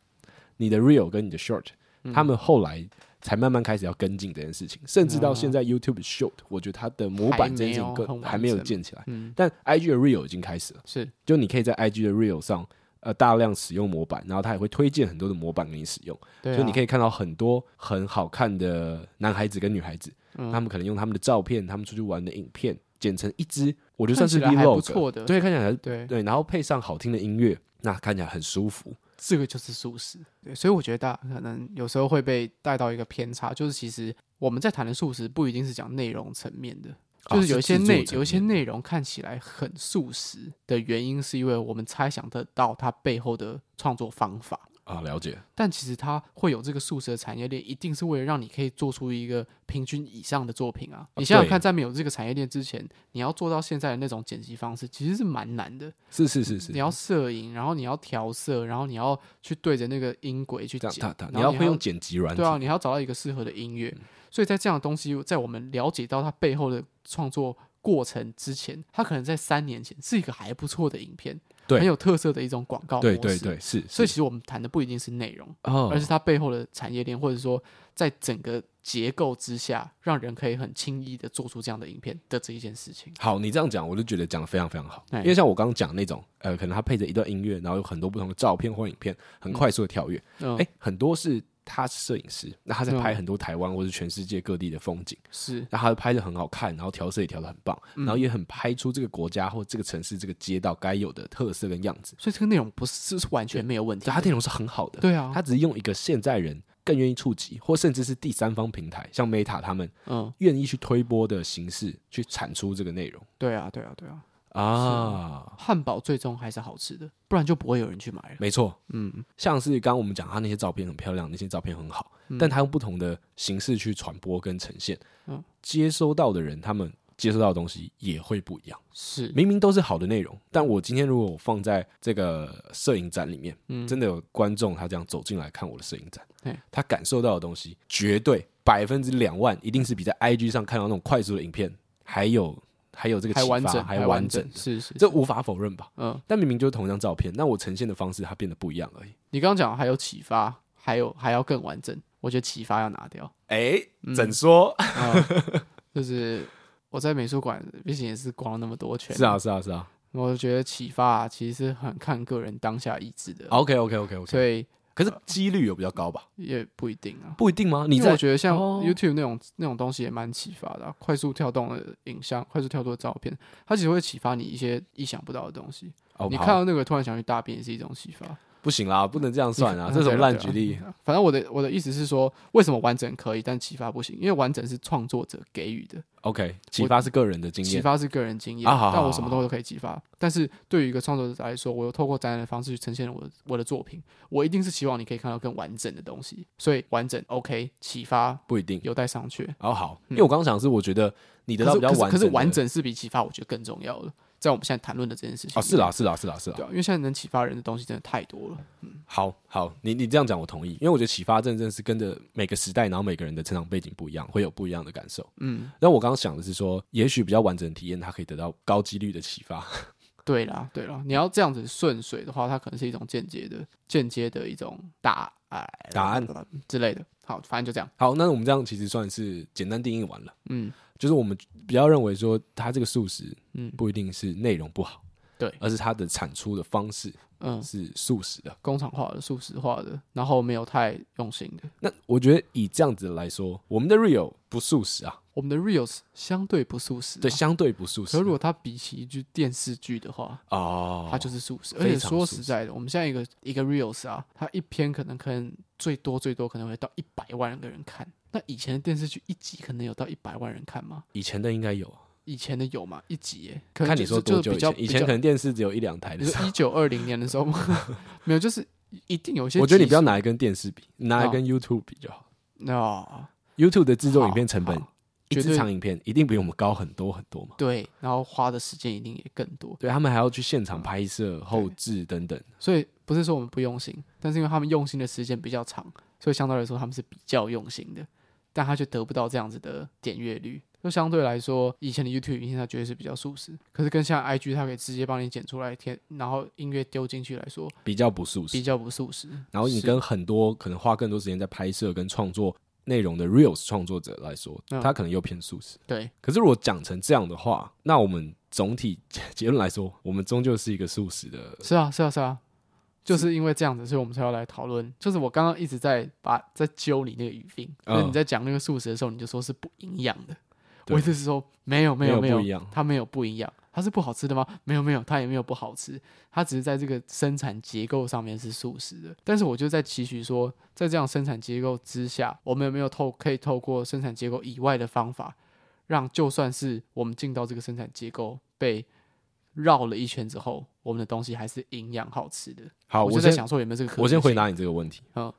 A: 你的 Real 跟你的 Short，、他
B: 嗯
A: 们后来才慢慢开始要跟进这件事情，甚至到现在 YouTube Short，我觉得它的模板这件事情
B: 嗯还没
A: 更
B: 有
A: 还没有
B: 很完整
A: 建起来，
B: 嗯，
A: 但 IG 的 Real 已经开始了，
B: 是
A: 就你可以在 IG 的 Real 上。呃，大量使用模板，然后它也会推荐很多的模板给你使用，
B: 对、啊，
A: 所以你可
B: 以，
A: 以看到很多很好看的男孩子跟女孩子，
B: 嗯
A: 他们可能用他们的照片、他们出去玩的影片剪成一支，我觉得算
B: 看起
A: 是
B: 来还不
A: vlog，
B: 错的
A: 对，看起来
B: 对，
A: 对，然后配上好听的音乐，那看起来很舒服。
B: 这个就是素食。对，所以我觉得大家可能有时候会被带到一个偏差，就是其实我们在谈的素食不一定是讲内容层面的，
A: 哦
B: 就是有一些
A: 制作
B: 内、
A: 层
B: 有一些
A: 面
B: 内容看起来很素食的原因，是因为我们猜想得到它背后的创作方法。
A: 啊，了解
B: 但其实它会有这个素食的产业链，一定是为了让你可以做出一个平均以上的作品啊！你想想
A: 对
B: 看，在没有这个产业链之前，你要做到现在的那种剪辑方式，其实是蛮难的。
A: 是是是
B: 你
A: 是，
B: 要摄影，然后你要调色，然后你要去对着那个音轨去
A: 这
B: 剪
A: 样，他他
B: 然
A: 你
B: 后
A: 要会用剪辑软
B: 对啊，
A: 件，
B: 你还要找到一个适合的音
A: 嗯
B: 乐。所以在这样的东西，在我们了解到它背后的创作过程之前，它可能在三年前是一个还不错的影片，
A: 对
B: 很有特色的一种广告模
A: 对
B: 式。
A: 对对，是，
B: 所
A: 是
B: 以其实我们谈的不一定是内容，
A: 哦
B: 而是它背后的产业链，或者说在整个结构之下，让人可以很轻易的做出这样的影片的这一件事情。
A: 好，你这样讲，我就觉得讲的非常非常好。
B: 哎
A: 因为像我刚刚讲那种，呃，可能他配着一段音乐，然后有很多不同的照片或影片，很快速的跳跃。
B: 嗯，
A: 哎、很多是他是摄影师，那他在
B: 嗯
A: 拍很多台湾或是全世界各地的风景，
B: 是，
A: 那他拍的很好看，然后调色也调的很棒，
B: 嗯
A: 然后也很拍出这个国家或这个城市这个街道该有的特色跟样子。
B: 所以这个内容不是是完全没有问题
A: 对，他
B: 的。
A: 内容是很好的，
B: 对啊，
A: 他只是用一个现在人更愿意触及，或甚至是第三方平台，像 Meta 他们
B: 嗯，
A: 愿意去推波的形式去产出这个内容
B: 对啊，对啊，对啊。
A: 啊。
B: 汉堡最终还是好吃的，不然就不会有人去买了。
A: 没错，
B: 嗯，
A: 像是刚刚我们讲他那些照片很漂亮，那些照片很好，
B: 嗯
A: 但他用不同的形式去传播跟呈现，
B: 嗯
A: 接收到的人他们接收到的东西也会不一样。
B: 是，
A: 明明都是好的内容，但我今天如果我放在这个摄影展里面，
B: 嗯
A: 真的有观众他这样走进来看我的摄影展
B: 嘿，
A: 他感受到的东西，绝对百分之两万一定是比在 IG 上看到那种快速的影片还有还有这个
B: 还
A: 启
B: 完
A: 发
B: 整，
A: 还
B: 完
A: 完整的，
B: 是是。
A: 这无法否认吧？
B: 嗯，
A: 但明明就是同一张照片，那我呈现的方式它变得不一样而已。
B: 你刚刚讲还有启发，还有还要更完整，我觉得启发要拿 掉。
A: 哎，怎说？
B: 啊，就是我在美术馆，毕竟也是逛了那么多圈，
A: 是啊，，是啊，是啊。
B: 我觉得启发、啊、其实是很看个人当下意志
A: 哦
B: 的，
A: OK，OK，OK，OK。
B: 所以
A: 可是几率有比较高吧？
B: 也不一定啊。
A: 不一定吗？你
B: 因为
A: 在
B: 我觉得像
A: 哦
B: YouTube 那种、那种东西也蛮启发的啊、快速跳动的影像、快速跳动的照片，它其实会启发你一些意想不到的东西。
A: 哦，
B: 你
A: 好
B: 看到那个突然想去大便也是一种启发。
A: 不行啦，不能这样算啊，
B: 你
A: 这种
B: 对
A: 烂
B: 对
A: 举例。
B: 反正我的我的意思是说，为什么完整可以，但启发不行？因为完整是创作者给予的，
A: OK，启发是个人的经
B: 启
A: 验。
B: 发是个人经验，
A: 啊好
B: 但
A: 好
B: 我什么东西都可以激发。但是对于一个创作者来说，我有透过展览的方式去呈现我的我的作品，我一定是希望你可以看到更完整的东西。所以完整 OK，启发
A: 不一定。
B: 有待商榷。
A: 哦，好，因为我刚刚想的是，我觉得你得
B: 可
A: 到
B: 是
A: 比较
B: 可
A: 完
B: 是可是
A: 整
B: 完
A: 的
B: 整是比启发我觉得更重要的，在我们现在谈论的这件事情
A: 啊，是啦，是啦，是啦，是啦
B: 对。啊，因为现在能启发人的东西真的太多了。
A: 好好，你你这样讲我同意，因为我觉得启发症真的是跟着每个时代，然后每个人的成长背景不一样，会有不一样的感受。
B: 嗯，
A: 那我刚刚想的是说，也许比较完整的体验，它可以得到高几率的启发。
B: 对啦，对啦，你要这样子顺水的话，它可能是一种间接的、间接的一种答案、
A: 答案
B: 之类的。好，反正就这样。
A: 好，那我们这样其实算是简单定义完了，
B: 嗯
A: 就是我们比较认为说，它这个素食
B: 嗯
A: 不一定是内容不好，
B: 对
A: 而是它的产出的方式
B: 嗯，
A: 是素食的。
B: 工厂化的、素食化的，然后没有太用心的。
A: 那我觉得以这样子来说，我们的 real 不素食啊，
B: 我们的 reels 相对不素食、啊，
A: 对，相对不素
B: 可
A: 食
B: 是如果它比起一句电视剧的话，
A: 哦，
B: 它就是素食。而
A: 非
B: 且
A: 常素
B: 说实
A: 食
B: 在的，我们现在一个一个 reels 啊，它一篇可能可能最多最多可能会到一百万个人看。那以前的电视剧一集可能有到一百万人看吗？
A: 以前的应该有，
B: 以前的有吗？一集耶，可能
A: 看
B: 就
A: 你
B: 是
A: 说多久
B: 就是
A: 以
B: 比较
A: 前，以前可能电视只有一两台的 时候
B: 一九二零年的时候吗？ 没有，就是一定有一些集数。
A: 我觉得你不要拿来跟电视比，拿来跟 YouTube 比就好。
B: 哦，
A: YouTube 的制作影片成本
B: 好，
A: 一
B: 绝
A: 支
B: 对
A: 长影片一定比我们高很多很多嘛。
B: 对，然后花的时间一定也更多。
A: 对他们还要去现场拍摄、后置等等。
B: 所以不是说我们不用心，但是因为他们用心的时间比较长，所以相对来说他们是比较用心的，但他却得不到这样子的点阅率。就相对来说，以前的 YouTube 影片它绝对是比较舒适，可是跟现在 IG 它可以直接帮你剪出来贴，然后音乐丢进去来说，
A: 比较不素
B: 比
A: 食。
B: 较不舒适。
A: 然后你
B: 是
A: 跟很多可能花更多时间在拍摄跟创作内容的 Reels 创作者来说，
B: 嗯
A: 他可能又偏素食。
B: 对
A: 可是如果讲成这样的话，那我们总体 结论来说，我们终究是一个素食的。
B: 是啊，是啊，是啊，就是因为这样子，所以我们才要来讨论。就是我刚刚一直在把在揪你那个语病，
A: 嗯
B: 就是你在讲那个素食的时候，你就说是不营养的。
A: 对
B: 我一直是说没有没有
A: 没
B: 没
A: 有
B: 有
A: 不一样
B: 它没有不营养，它是不好吃的吗？没有没有，它也没有不好吃，它只是在这个生产结构上面是素食的。但是我就在期许说，在这样生产结构之下，我们有没有透可以透过生产结构以外的方法，让就算是我们进到这个生产结构被绕了一圈之后，我们的东西还是营养好吃的。
A: 好，我
B: 我就在
A: 先
B: 想说有没有这个可能性
A: 我先回，答你这个问题。
B: 嗯，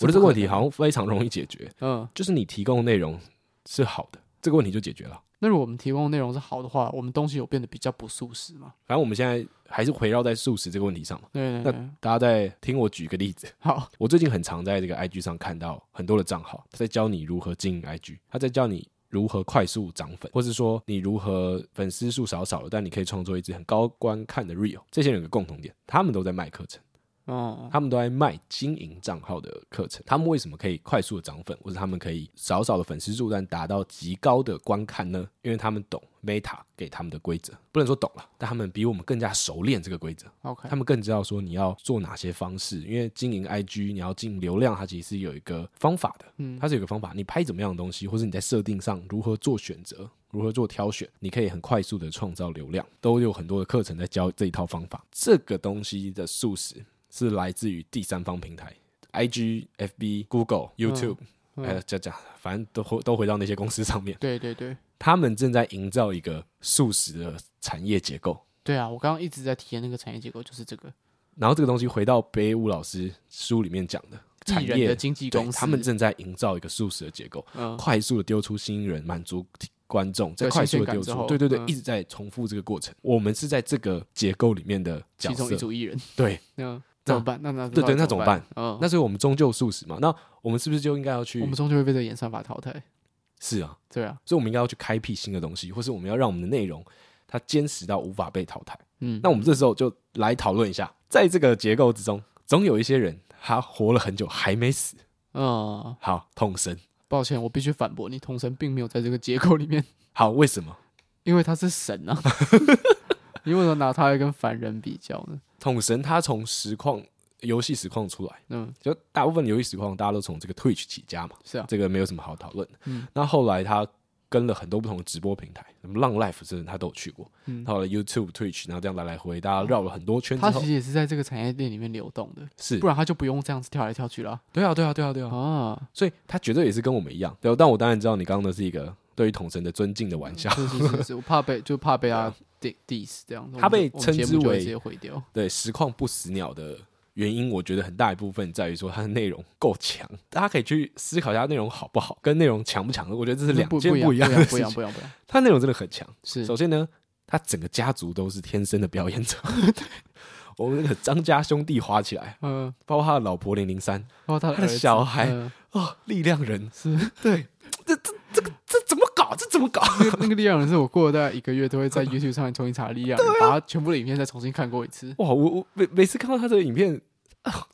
A: 我的这个问题
B: 是不可
A: 好像非常容易解决，
B: 能，嗯，
A: 就是你提供的内容是好的，这个问题就解决了。
B: 那如果我们提供的内容是好的话，我们东西有变得比较不素食吗？
A: 反正我们现在还是围绕在素食这个问题上嘛。
B: 对对
A: 那
B: 对，
A: 大家在听我举个例子，
B: 好，
A: 我最近很常在这个 IG 上看到很多的账号在教你如何经营 IG，他在教你如何快速涨粉，或是说你如何粉丝数少少了，但你可以创作一支很高观看的 Reel。这些人有个共同点，他们都在卖课程，
B: 嗯，
A: 他们都在卖经营账号的课程。他们为什么可以快速的涨粉，或者他们可以少少的粉丝数，但达到极高的观看呢？因为他们懂 Meta 给他们的规则，不能说懂了，但他们比我们更加熟练这个规则。
B: OK，
A: 他们更知道说你要做哪些方式，因为经营 IG，你要进流量，它其实是有一个方法的，
B: 嗯
A: 它是有一个方法，你拍怎么样的东西，或是你在设定上如何做选择，如何做挑选，你可以很快速的创造流量，都有很多的课程在教这一套方法。这个东西的素食是来自于第三方平台。IG、FB、Google、YouTube，
B: 嗯
A: 哎、这讲，反正都回都回到那些公司上面，
B: 对对对，
A: 他们正在营造一个素食的产业结构。
B: 对啊，我刚刚一直在体验那个产业结构就是这个
A: 然后这个东西回到北武老师书里面讲的产
B: 艺人
A: 业
B: 的，经纪
A: 对
B: 公司，
A: 他们正在营造一个素食的结构，
B: 嗯
A: 快速的丢出新人，满足观众，再
B: 对
A: 快速的
B: 新鲜感
A: 丢
B: 之后
A: 出，对对对，
B: 嗯
A: 一直在重复这个过程。我们是在这个结构里面的角
B: 其中一
A: 色，
B: 组艺人，
A: 对，
B: 那怎么办？那那
A: 对对那
B: 怎
A: 怎
B: 么
A: 么
B: 办？嗯，
A: 那所以我们终究素食嘛。那我们是不是就应该要去
B: 我们？终究会被这个演算法淘汰。
A: 是啊，
B: 对啊，
A: 所以我们应该要去开辟新的东西，或是我们要让我们的内容它坚持到无法被淘汰。
B: 嗯，
A: 那我们这时候就来讨论一下，在这个结构之中，总有一些人他活了很久还没死，
B: 嗯，
A: 好痛身。
B: 抱歉，我必须反驳你，童神并没有在这个结构里面，
A: 好，为什么
B: 因为他是神啊。 你为什么拿他来跟凡人比较呢？
A: 桶神他从实况游戏实况出来，
B: 嗯，
A: 就大部分游戏实况大家都从这个 Twitch 起家嘛，
B: 是啊，
A: 这个没有什么好讨论的。
B: 嗯
A: 那后来他跟了很多不同的直播平台，什么浪 Life 这他都有去过，
B: 嗯
A: 后来 YouTube、Twitch，然后这样来来回，大家绕了很多圈之
B: 他其
A: 后，
B: 实也是在这个产业链里面流动的，
A: 是
B: 不然他就不用这样子跳来跳去了
A: 对啊，对啊，对啊，对啊，
B: 啊。
A: 所以他绝对也是跟我们一样。对啊，但我当然知道你刚刚的是一个对于桶神的尊敬的玩笑，
B: 是是是是，我怕被就怕被他 dis diss 这样子，
A: 啊他被
B: 我们就我们
A: 称
B: 节
A: 之
B: 目就会
A: 为
B: 直接毁掉。
A: 对实况不死鸟的原因，我觉得很大一部分在于说它的内容够强，大家可以去思考一下内容好不 嗯好，跟内容强不强。我觉得这是两
B: 不
A: 件
B: 不
A: 一样
B: 不
A: 的
B: 不
A: 事
B: 一样
A: 情。
B: 不一样不一样，
A: 它内容真的很强。
B: 是
A: 首先呢，他整个家族都是天生的表演者。 我们那个张家兄弟滑起来，
B: 嗯，
A: 包括他的老婆零零三
B: 然后哦他
A: 他的
B: 儿子
A: 小孩
B: 嗯
A: 哦，力量人，
B: 是
A: 对，这这这个这怎么搞？这怎么搞？
B: 那个那个力量人是我过了大概一个月都会在 YouTube 上面重新查 力量人，
A: 啊
B: 把他全部的影片再重新看过一次。
A: 哇，我我每每次看到他的影片， 啊、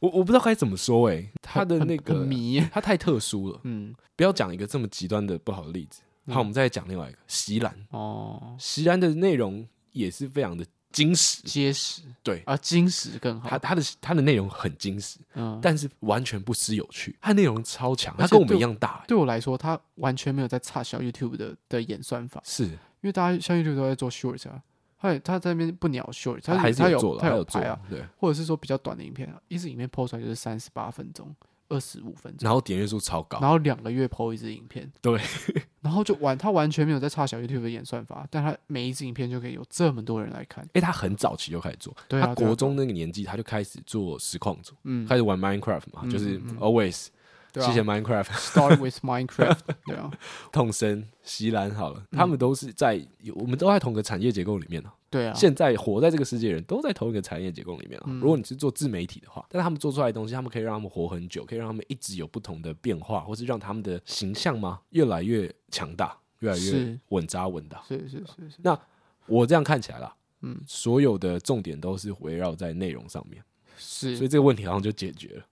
A: 我我不知道该怎么说哎、他的
B: 很
A: 那
B: 很
A: 个
B: 迷，
A: 他太特殊了。
B: 嗯，
A: 不要讲一个这么极端的不好的例子，
B: 嗯
A: 好，我们再讲另外一个席兰，
B: 哦，
A: 席兰的内容也是非常的精实，
B: 结实
A: 对
B: 啊，金石更好
A: 他。他的他的内容很精实，
B: 嗯，
A: 但是完全不失有趣，他内容超强，
B: 而且
A: 他跟我们
B: 对
A: 一样大、欸
B: 对我来说，他完全没有在差小 YouTube 的的演算法，
A: 是
B: 因为大家像 YouTube 都在做 Short 啊，他他在那边不鸟 Short，
A: 他
B: 他
A: 还是
B: 他
A: 做
B: 有
A: 了，
B: 他
A: 他有做
B: 拍啊，，
A: 对，
B: 或者是说比较短的影片啊，一支影片 PO 出来就是三十八分钟、二十五分钟，
A: 然后点阅数超高，
B: 然后两个月 PO 一支影片，
A: 对，
B: 然后就完，他完全没有在差小 YouTube 的演算法，但他每一支影片就可以有这么多人来看，
A: 哎、他很早期就开始做，
B: 对啊
A: 他
B: 对啊
A: 国中那个年纪他就开始做实况组，
B: 嗯，
A: 开始玩 Minecraft 嘛，
B: 嗯
A: 就是
B: 嗯嗯
A: always
B: 对
A: 谢
B: 啊
A: 谢 Minecraft
B: ，Start with Minecraft，对 啊，
A: 痛声席兰好了，
B: 嗯
A: 他们都是在我们都在同个产业结构里面啊。
B: 对啊，
A: 现在活在这个世界的人都在同一个产业结构里面啊。
B: 嗯
A: 如果你是做自媒体的话，但他们做出来的东西，他们可以让他们活很久，可以让他们一直有不同的变化，或是让他们的形象嘛越来越强大，越来越
B: 是
A: 稳扎稳打。
B: 是是是是，
A: 我这样看起来啦，
B: 嗯，
A: 所有的重点都是围绕在内容上面，所以
B: 是，
A: 这个问题好像就解决了。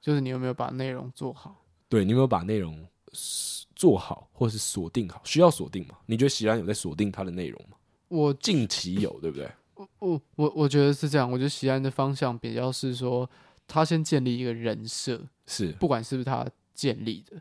B: 就是你有没有把内容做好？
A: 对你有没有把内容呃做好，或是锁定好？需要锁定吗？你觉得喜兰有在锁定它的内容吗？
B: 我
A: 近期有，对不对？
B: 我我我觉得是这样，我觉得席安的方向比较是说，他先建立一个人设，
A: 是
B: 不管是不是他建立的，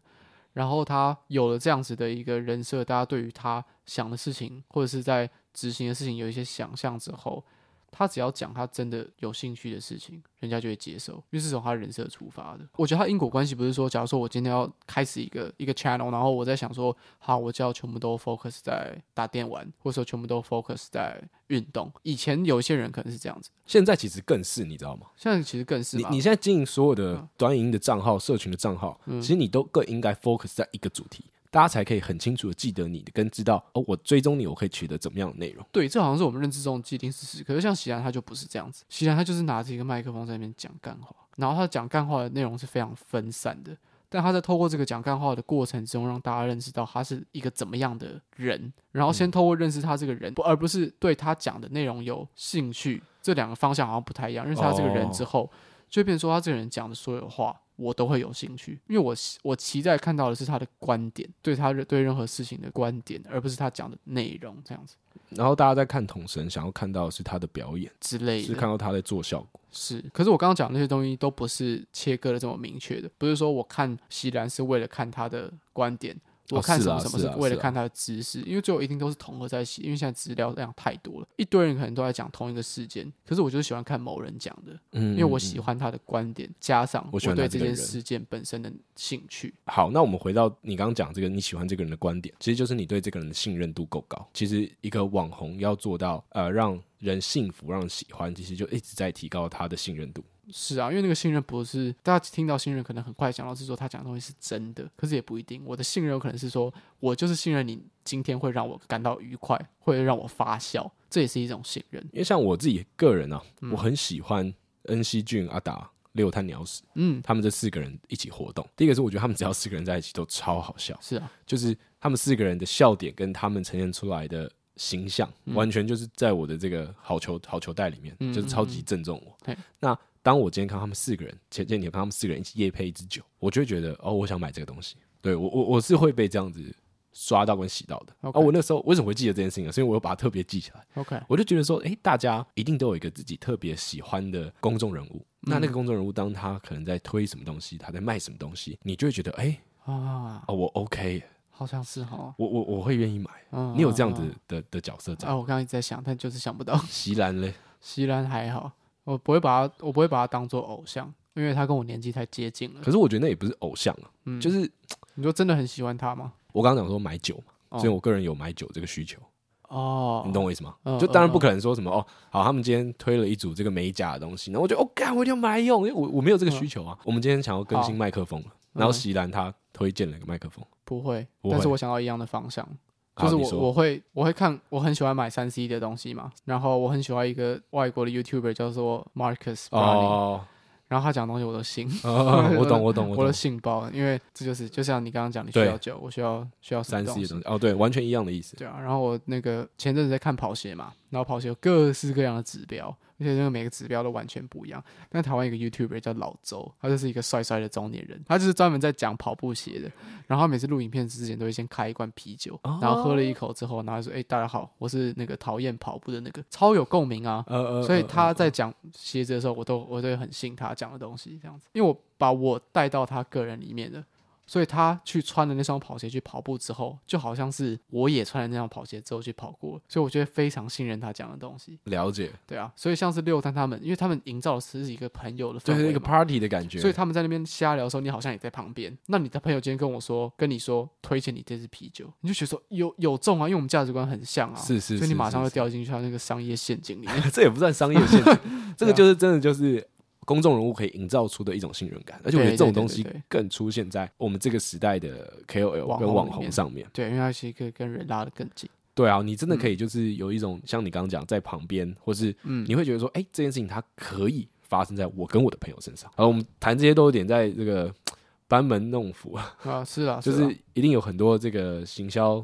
B: 然后他有了这样子的一个人设，大家对于他想的事情或者是在执行的事情有一些想象之后，他只要讲他真的有兴趣的事情，人家就会接受，因为是从他人设出发的。我觉得他因果关系不是说，假如说我今天要开始一个一个 channel，然后我在想说，好，我就要全部都 focus 在打电玩，或者说全部都 focus 在运动。以前有一些人可能是这样子，
A: 现在其实更是，你知道吗？
B: 现在其实更是
A: 你
B: 吧
A: 你现在经营所有的
B: 嗯
A: 短影音的账号、社群的账号，
B: 嗯
A: 其实你都更应该 focus 在一个主题，大家才可以很清楚的记得你，跟知道哦，我追踪你，我可以取得怎么样的内容。
B: 对，这好像是我们认知中的既定事实。可是像席然他就不是这样子，席然他就是拿着一个麦克风在那边讲干话，然后他讲干话的内容是非常分散的，但他在透过这个讲干话的过程中，让大家认识到他是一个怎么样的人，然后先透过认识他这个人，不而不是对他讲的内容有兴趣，这两个方向好像不太一样。认识他这个人之后，就会变成说他这个人讲的所有话。我都会有兴趣，因为我期我期待看到的是他的观点，对他对任何事情的观点，而不是他讲的内容这样子
A: 然后大家在看统神，想要看到的是他的表演，
B: 之类的。
A: 是看到他在做效果。
B: 是，可是我刚刚讲的那些东西都不是切割的这么明确的，不是说我看席然是为了看他的观点，
A: 哦
B: 我看
A: 是
B: 什
A: 啊
B: 么什么
A: 是
B: 是
A: 啊
B: 为了
A: 是啊
B: 看他的知识，因为最后一定都是统合在一起，因为现在资料量太多了，一堆人可能都在讲同一个事件，可是我就是喜欢看某人讲的，
A: 嗯，
B: 因为我
A: 嗯
B: 喜欢他的观点，加上
A: 我
B: 我
A: 喜欢他
B: 对
A: 这
B: 这
A: 个
B: 件
A: 人
B: 事件本身的兴趣。
A: 好，那我们回到你刚刚讲这个，你喜欢这个人的观点，其实就是你对这个人的信任度够高。其实一个网红要做到呃让人信服、让人喜欢，其实就一直在提高他的信任度。
B: 是啊，因为那个信任不是大家听到信任，可能很快想到是说他讲的东西是真的，可是也不一定。我的信任有可能是说我就是信任你，今天会让我感到愉快，会让我发笑，这也是一种信任。
A: 因为像我自己个人啊，
B: 嗯
A: 我很喜欢恩熙俊、阿达、六探鸟屎
B: 嗯，
A: 他们这四个人一起活动。第一个是我觉得他们只要四个人在一起都超好笑，
B: 是啊，
A: 就是他们四个人的笑点跟他们呈现出来的形象，完全就是在我的这个好球好球袋里面，
B: 嗯
A: 就是超级正中我。
B: 嘿
A: 那当我今天看他们四个人，前前天看他们四个人一起夜配一支酒，我就会觉得哦，我想买这个东西。对我我我是会被这样子刷到跟洗到的。而
B: OK
A: 我那时候为什么会记得这件事情呢？啊是因为我有把它特别记起来。
B: ，OK，
A: 我就觉得说，诶，大家一定都有一个自己特别喜欢的公众人物。那
B: 嗯
A: 那个公众人物，当他可能在推什么东西，他在卖什么东西，你就会觉得，诶，
B: 啊，
A: 哦，我 OK 耶
B: 好像是哈，
A: 我我我会愿意买。
B: 嗯，
A: 你有这样
B: 嗯
A: 子的的角色在？
B: 嗯啊？我刚刚一直在想，但就是想不到。
A: 席兰嘞，
B: 西兰还好，我不会把他，我不会把他当做偶像，因为他跟我年纪太接近了。
A: 可是我觉得那也不是偶像啊，
B: 嗯，
A: 就是是
B: 你说真的很喜欢他吗？
A: 我刚刚讲说买酒嘛，
B: 哦
A: 所以我个人有买酒这个需求，
B: 哦，
A: 你懂我意思吗？
B: 嗯
A: 就当然
B: 嗯
A: 不可能说什么哦，好，他们今天推了一组这个美甲的东西，然后我就哦，干，我一定要买来用，因为我我没有这个需求啊。我们今天想要更新
B: 嗯好
A: 麦克风了，然后
B: 嗯
A: 席兰他推荐了一个麦克风，
B: 不会，
A: 不
B: 但是
A: 会
B: 我想到一样的方向，就
A: 好
B: 是
A: 你
B: 我
A: 说
B: 我会我会看我很喜欢买三 C 的东西嘛，然后我很喜欢一个外国的 YouTuber 叫做 Marcus Browning，、
A: 哦，
B: 然后他讲的东西我都信，
A: 哦我懂，我懂，
B: 我
A: 懂
B: 都。信包，因为这就是就像你刚刚讲，你需
A: 对
B: 要酒，我需要需要
A: 三 C
B: 东
A: 的
B: 西
A: 东西，哦，对，完全一样的意思。
B: 对啊，然后我那个前阵子在看跑鞋嘛，然后跑鞋有各式各样的指标，而且那个每个指标都完全不一样。但台湾有一个 YouTuber 叫老周，他就是一个帅帅的中年人，他就是专门在讲跑步鞋的。然后他每次录影片之前都会先开一罐啤酒，然后喝了一口之后，然后他说：“哎、大家好，我是那个讨厌跑步的那个，超有共鸣啊。”
A: 呃呃，
B: 所以
A: 呃
B: 他在讲鞋子的时候，我都我都会很信他讲的东西，这样子，因为我把我带到他个人里面的，所以他去穿的那双跑鞋去跑步之后，就好像是我也穿了那双跑鞋之后去跑过，所以我觉得非常信任他讲的东西，
A: 了解，
B: 对啊，所以像是六三他们，因为他们营造的是一个朋友的氛
A: 就
B: 围
A: 是一个
B: 嘛
A: party 的感觉。
B: 所以他们在那边瞎聊的时候，你好像也在旁边。那你的朋友今天跟我说，跟你说推荐你这支啤酒，你就觉得说有有中啊，因为我们价值观很像啊，
A: 是是，
B: 所以你马上
A: 就
B: 就掉进去他那个商业陷阱里面。
A: 这也不算商业 陷阱，
B: 啊
A: 这个就是真的就是公众人物可以营造出的一种信任感，而且我觉得这种东西
B: 对对对对对
A: 更出现在我们这个时代的 KOL
B: 网红
A: 跟网
B: 里
A: 红
B: 面嗯
A: 上面。
B: 对，因为它是一个跟人拉得更近。
A: 对啊，你真的可以就是有一种像你刚刚讲在旁边，或是
B: 嗯
A: 你会觉得说，哎，这件事情它可以发生在我跟我的朋友身上。然后我们谈这些都有点在这个班门弄斧，
B: 啊，是啊，
A: 就是
B: 啊
A: 是一定有很多这个行销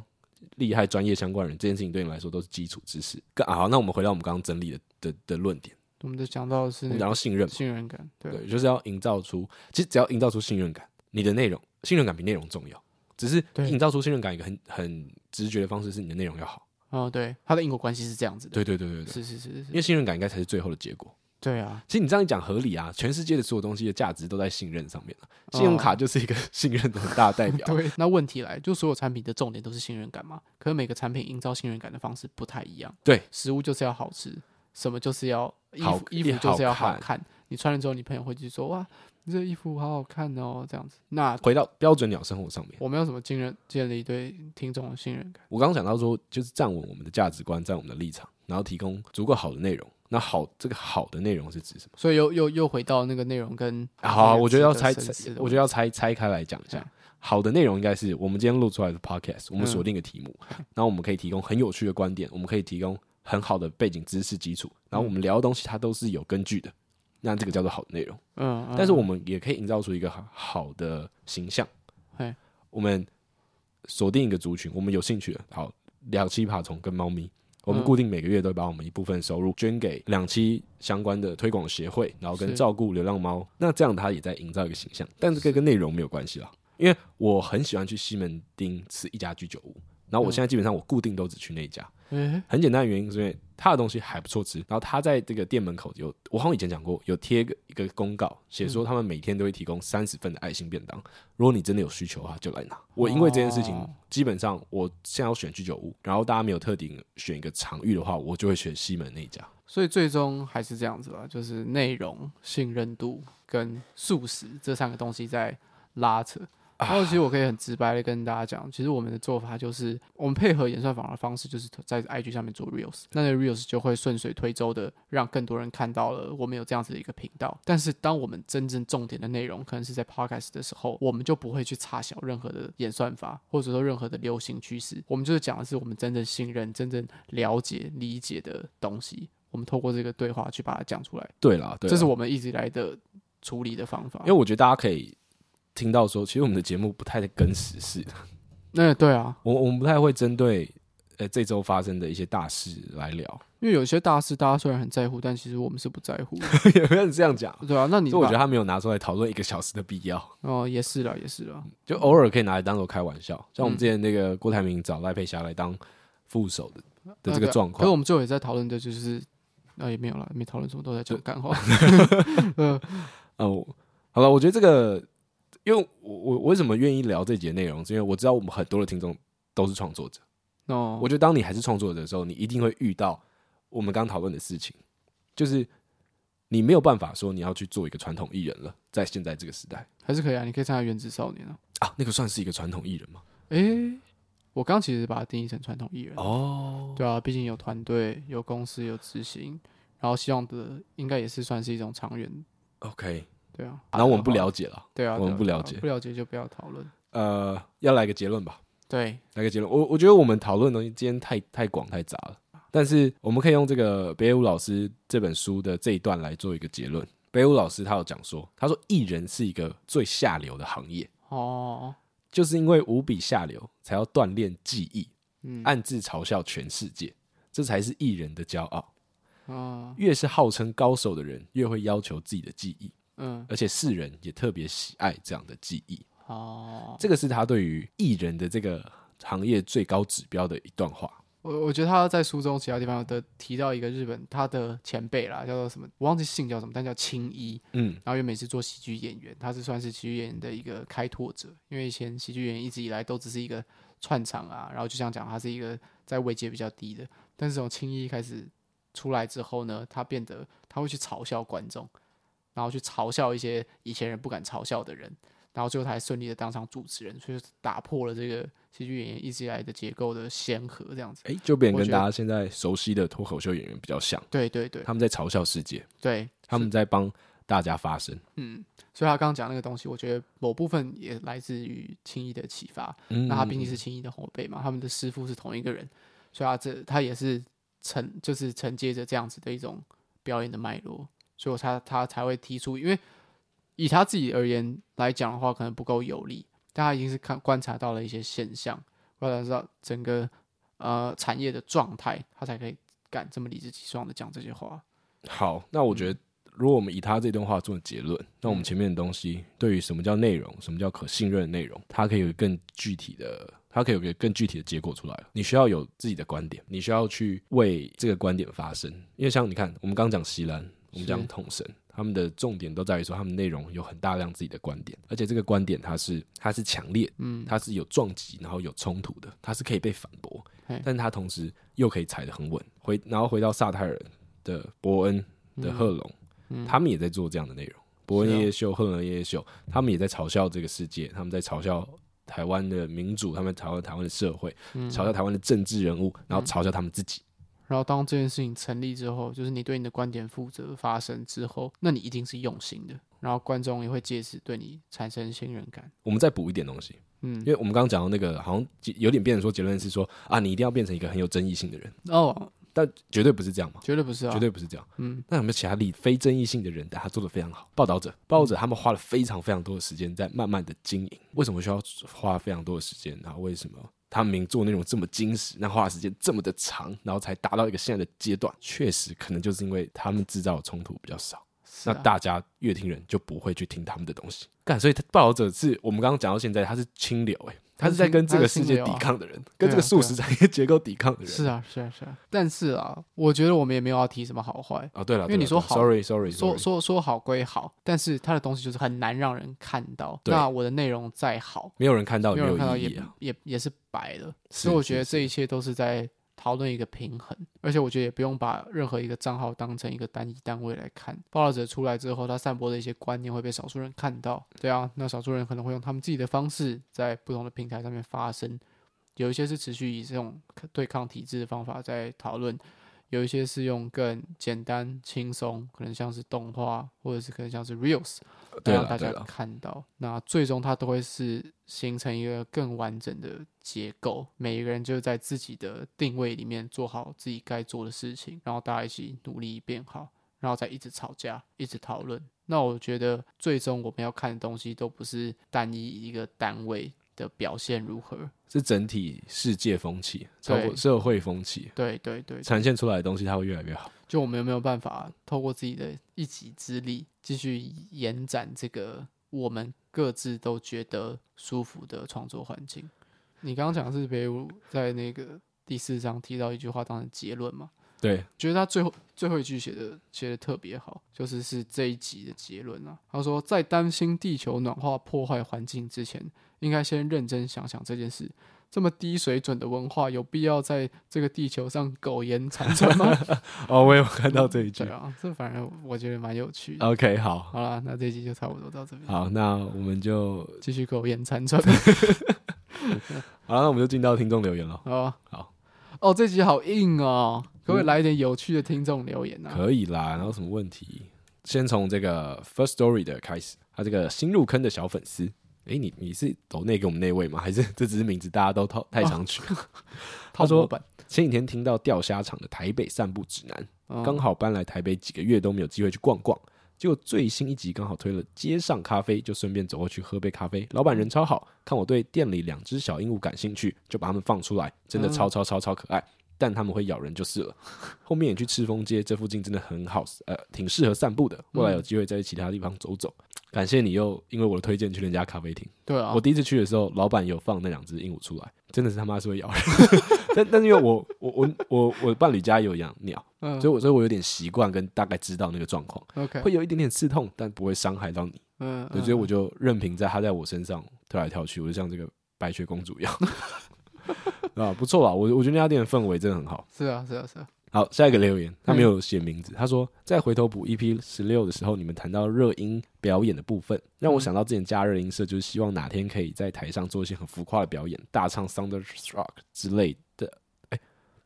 A: 厉害专业相关人，这件事情对你来说都是基础知识。跟啊，好那我们回到我们刚刚整理的的的论点，
B: 我们就讲到的是
A: 我
B: 那
A: 们讲到信任
B: 个
A: 嘛，
B: 信任感，对，
A: 对，就是要营造出，其实只要营造出信任感，你的内容信任感比内容重要。只是
B: 对
A: 营造出信任感一个很很直觉的方式是你的内容要好。
B: 哦，对，它的因果关系是这样子的，
A: 对对对对对，
B: 是是是是
A: 因
B: 是，
A: 为信任感应该才是最后的结果。
B: 对啊，
A: 其实你这样一讲合理啊，全世界的所有东西的价值都在信任上面了、信用卡就是一个 信任的很大代表。
B: 哦
A: 啊
B: 对。那问题来，就所有产品的重点都是信任感嘛？可是每个产品营造信任感的方式不太一样，
A: 对，
B: 食物就是要好吃，什么就是要衣
A: 好
B: 服，衣服就是要好
A: 好
B: 看，你穿了之后，你朋友会去说哇，你这衣服好好看哦，这样子。那
A: 回到标准鸟生活上面，
B: 我没有什么信任，建立对听众的信任感，
A: 我刚刚讲到说，就是站稳我们的价值观，站我们的立场，然后提供足够好的内容。那好，这个好的内容是指什么？
B: 所以又又又回到那个内容跟
A: 好、啊，我觉得要
B: 值
A: 拆，
B: 深
A: 拆
B: 思的嗯
A: 我觉得要拆拆开来讲一下
B: 对。
A: 好的内容应该是我们今天录出来的 podcast，我们
B: 嗯
A: 锁定一个题目，然后我们可以提供很有趣的观点，我们可以提供很好的背景知识基础，
B: 嗯
A: 然后我们聊的东西它都是有根据的，那这个叫做好的内容。
B: 嗯，嗯
A: 但是我们也可以营造出一个好好的形象
B: 嘿。
A: 我们锁定一个族群，我们有兴趣的，好两栖爬虫跟猫咪，我们
B: 嗯
A: 固定每个月都把我们一部分收入捐给两栖相关的推广协会，然后跟
B: 是
A: 照顾流浪猫。那这样它也在营造一个形象，但这个跟内容没有关系啦，因为我很喜欢去西门町吃一家居酒屋，然
B: 嗯
A: 后我现在基本上我固定都只去那一家，
B: 诶
A: 很简单的原因是因为他的东西还不错吃，然后他在这个店门口有，我好像以前讲过，有贴一个一个公告，写
B: 嗯
A: 说他们每天都会提供三十份的爱心便当，如果你真的有需求的话就来拿。我因为这件事情
B: 哦，
A: 基本上我现在要选居酒屋，然后大家没有特定选一个场域的话，我就会选西门那一家。
B: 所以最终还是这样子吧，就是内容、信任度跟素食这三个东西在拉扯。然后其实我可以很直白的跟大家讲，其实我们的做法就是，我们配合演算法的方式，就是在 IG 上面做 Reels，那那 Reels 就会顺水推舟的让更多人看到了我们有这样子的一个频道。但是当我们真正重点的内容可能是在 Podcast 的时候，我们就不会去插小任何的演算法，或者说任何的流行趋势，我们就是讲的是我们真正信任、真正了解、理解的东西。我们透过这个对话去把它讲出来，
A: 对啦，对啦啊
B: 这是我们一直以来的处理的方法
A: 因为。我觉得大家可以听到说，其实我们的节目不太在跟时事，
B: 那、对啊，
A: 我我们不太会针对呃这周发生的一些大事来聊，
B: 因为有些大事大家虽然很在乎，但其实我们是不在乎的，
A: 也不要这样讲。
B: 对啊。那你
A: 所以我觉得
B: 把
A: 他没有拿出来讨论一个小时的必要。
B: 哦，也是啦，也是啦，
A: 就偶尔可以拿来当做开玩笑，像我们
B: 嗯
A: 之前那个郭台铭找赖佩霞来当副手的的
B: 那啊
A: 这个状
B: 可是
A: 况，
B: 我们最后也在讨论的就是，啊，也没有了，没讨论什么，都在讲干话。 呃
A: 哦，好了，我觉得这个，因为我我我为什么愿意聊这节内容，是因为我知道我们很多的听众都是创作者，
B: 哦，
A: 我觉得当你还是创作者的时候，你一定会遇到我们刚讨论的事情，就是你没有办法说你要去做一个传统艺人了，在现在这个时代
B: 还是可以啊，你可以参加原子少年啊。
A: 啊，那个算是一个传统艺人吗？
B: 诶、我刚其实把它定义成传统艺人，
A: 哦，
B: 对啊，毕竟有团队、有公司、有执行，然后希望的应该也是算是一种长远，
A: ，OK，
B: 对啊。
A: 然后我们不
B: 好的话，
A: 了解了，
B: 对啊，
A: 我们
B: 对啊
A: 不了
B: 对啊
A: 解
B: 不了解就不要讨论。
A: 呃，要来个结论吧。
B: 对，
A: 来个结论。我我觉得我们讨论的东西今天太太广太杂了，但是我们可以用这个北野武老师这本书的这一段来做一个结论。北野武老师他有讲说，他说艺人是一个最下流的行业，
B: 哦，
A: 就是因为无比下流，才要锻炼技艺，
B: 嗯，
A: 暗自嘲笑全世界，这才是艺人的骄傲。
B: 哦，
A: 越是号称高手的人，越会要求自己的技艺，
B: 嗯，
A: 而且世人也特别喜爱这样的技艺。
B: 哦，
A: 这个是他对于艺人的这个行业最高指标的一段话。
B: 我我觉得他在书中其他地方有的提到一个日本他的前辈啦，叫做什么，我忘记姓叫什么，但叫青一。
A: 嗯，
B: 然后原本是做喜剧演员，他是算是喜剧演员的一个开拓者，因为以前喜剧演员一直以来都只是一个串场啊，然后就像讲他是一个在位阶比较低的，但是从青衣开始出来之后呢，他变得他会去嘲笑观众，然后去嘲笑一些以前人不敢嘲笑的人，然后最后他还顺利的当上主持人，所以就打破了这个喜剧演员一直以来的结构的先河，这样子。
A: 哎、就变得
B: 我
A: 跟
B: 觉
A: 大
B: 得
A: 家现在熟悉的脱口秀演员比较像，
B: 对对对
A: 他们在嘲笑世界，
B: 对，
A: 他们在帮大家发声。
B: 嗯，所以他刚刚讲那个东西，我觉得某部分也来自于青衣的启发。
A: 嗯
B: 那他毕竟是青衣的后辈嘛，他们的师傅是同一个人，所以他这他也是承就是承接着这样子的一种表演的脉络，所以他他才会提出，因为以他自己而言来讲的话，可能不够有力，但他已经是看观察到了一些现象，观察到整个呃产业的状态，他才可以敢这么理直气壮的讲这些话。
A: 好，那我
B: 嗯
A: 觉得，如果我们以他这段话做结论，那我们前面的东
B: 嗯
A: 西对于什么叫内容，什么叫可信任的内容，它可以有一个更具体的，它可以有一个更具体的结果出来了。你需要有自己的观点，你需要去为这个观点发声，因为像你看，我们刚讲席兰，我们讲
B: 是
A: 统神。他们的重点都在于说，他们内容有很大量自己的观点，而且这个观点它是它是强烈，
B: 嗯，
A: 它是有撞击，然后有冲突的，它是可以被反驳
B: 嘿，
A: 但是它同时又可以踩得很稳。回然后回到萨泰尔的伯恩的贺龙，他们也在做这样的内容。伯恩
B: 嗯是啊
A: 夜夜秀、贺龙夜夜秀，他们也在嘲笑这个世界，他们在嘲笑台湾的民主，他们嘲笑台湾的社会，
B: 嗯
A: 嘲笑台湾的政治人物，然后嘲笑他们自己。
B: 然后当这件事情成立之后，就是你对你的观点负责发生之后，那你一定是用心的，然后观众也会借此对你产生信任感。
A: 我们再补一点东西，因
B: 嗯，
A: 为我们刚刚讲到那个，好像有点变成说结论是说啊，你一定要变成一个很有争议性的人，
B: 哦，
A: 但绝对不是这样嘛。
B: 绝对不是啊，
A: 绝对不是这样。
B: 嗯，
A: 那有没有其他例非争议性的人，但他做的非常好？报道者，报道
B: 嗯
A: 者他们花了非常非常多的时间在慢慢的经营。为什么需要花非常多的时间？然后为什么他们明做内容这么精实，那花的时间这么的长，然后才达到一个现在的阶段？确实，可能就是因为他们制造的冲突比较少，
B: 是
A: 那
B: 啊
A: 大家乐听人就不会去听他们的东西。干，所以他报道者是我们刚刚讲到现在，他是清流、欸，他是在跟这个世
B: 啊
A: 界抵抗的人，跟这个素食产业结构抵抗的人。
B: 是啊，是啊，是啊。但是啊，我觉得我们也没有要提什么好坏，
A: 哦，对了，
B: 因为你说好
A: ，sorry，sorry，
B: 说说说好归好，但是他的东西就是很难让人看到。
A: 对
B: 那我的内容再好，
A: 没有人看到，也
B: 没有
A: 没
B: 人看到
A: 有意
B: 也
A: 义啊。
B: 也也是白的。
A: 是
B: 所以我觉
A: 是
B: 得这一切都是在讨论一个平衡，而且我觉得也不用把任何一个账号当成一个单一单位来看。报道者出来之后，他散播的一些观念会被少数人看到，对啊，那少数人可能会用他们自己的方式在不同的平台上面发声，有一些是持续以这种对抗体制的方法在讨论。有一些是用更简单、轻松，可能像是动画，或者是可能像是 reels，
A: 对
B: 让
A: 了，
B: 大
A: 对
B: 家
A: 了，
B: 看到。那最终它都会是形成一个更完整的结构，每一个人就在自己的定位里面做好自己该做的事情，然后大家一起努力变好，然后再一直吵架，一直讨论。那我觉得最终我们要看的东西都不是单一一个单位的表现如何，
A: 是整体世界风气，超
B: 对
A: 过社会风气
B: 对对对，
A: 呈现出来的东西，它会越来越好。
B: 就我们有没有办法透过自己的一己之力，继续延展这个我们各自都觉得舒服的创作环境？你刚刚讲的是北武在那个第四章提到一句话当成结论嘛？
A: 对，
B: 觉得他最后最后一句写的写的特别好，就是是这一集的结论啊。他说，在担心地球暖化破坏环境之前，应该先认真想想这件事。这么低水准的文化，有必要在这个地球上苟延残喘吗？
A: 哦，我有看到这一 句
B: 对。啊，这反而我觉得蛮有趣的。
A: OK，好，
B: 好啦，那这一集就差不多到这边，
A: 好，那我们就
B: 继续苟 延残喘。
A: 好了，那我们就进到听众留言了。
B: 好，
A: 好，嗯
B: 哦，这集好硬哦，可不可以来一点有趣的听众留言啊？
A: 可以啦，然后什么问题？先从这个 First Story 的开始，他这个新入坑的小粉丝，诶，你你是抖内给我们那位吗？还是 这只是名字大家都套太常取？
B: 套模
A: 说
B: 板，
A: 前几天听到钓虾场的台北散步指南，
B: 嗯
A: 刚好搬来台北几个月都没有机会去逛逛，结果最新一集刚好推了街上咖啡，就顺便走过去喝杯咖啡。老板人超好，看我对店里两只小鹦鹉感兴趣，就把它们放出来，真的超超超超可爱。但它们会咬人就是了。 后面也去赤峰街，这附近真的很好，呃，挺适合散步的。未来有机会再去其他地方走走。感谢你又因为我的推荐去人家咖啡厅。
B: 对啊
A: 我，第一次去的时候，老板有放那两只鹦鹉出来，真的是他妈是会咬人。但但是因为我我我我我伴侣家有养鸟，
B: 嗯
A: 所以我所以我有点习惯跟大概知道那个状况，
B: OK，
A: 会有一点点刺痛，但不会伤害到你。
B: 嗯，
A: 对，
B: 嗯
A: 所以我就任凭在它在我身上跳来跳去，我就像这个白雪公主一样。 啊，不错啊，我我觉得那家店的氛围真的很好。
B: 是啊，是啊，是啊，
A: 好，下一个留言，他没有写名字，他说在回头补 EP 十六的时候，你们谈到热音表演的部分，让我想到之前加热音社，就是希望哪天可以在台上做一些很浮夸的表演，大唱 Thunderstruck 之类的，哎、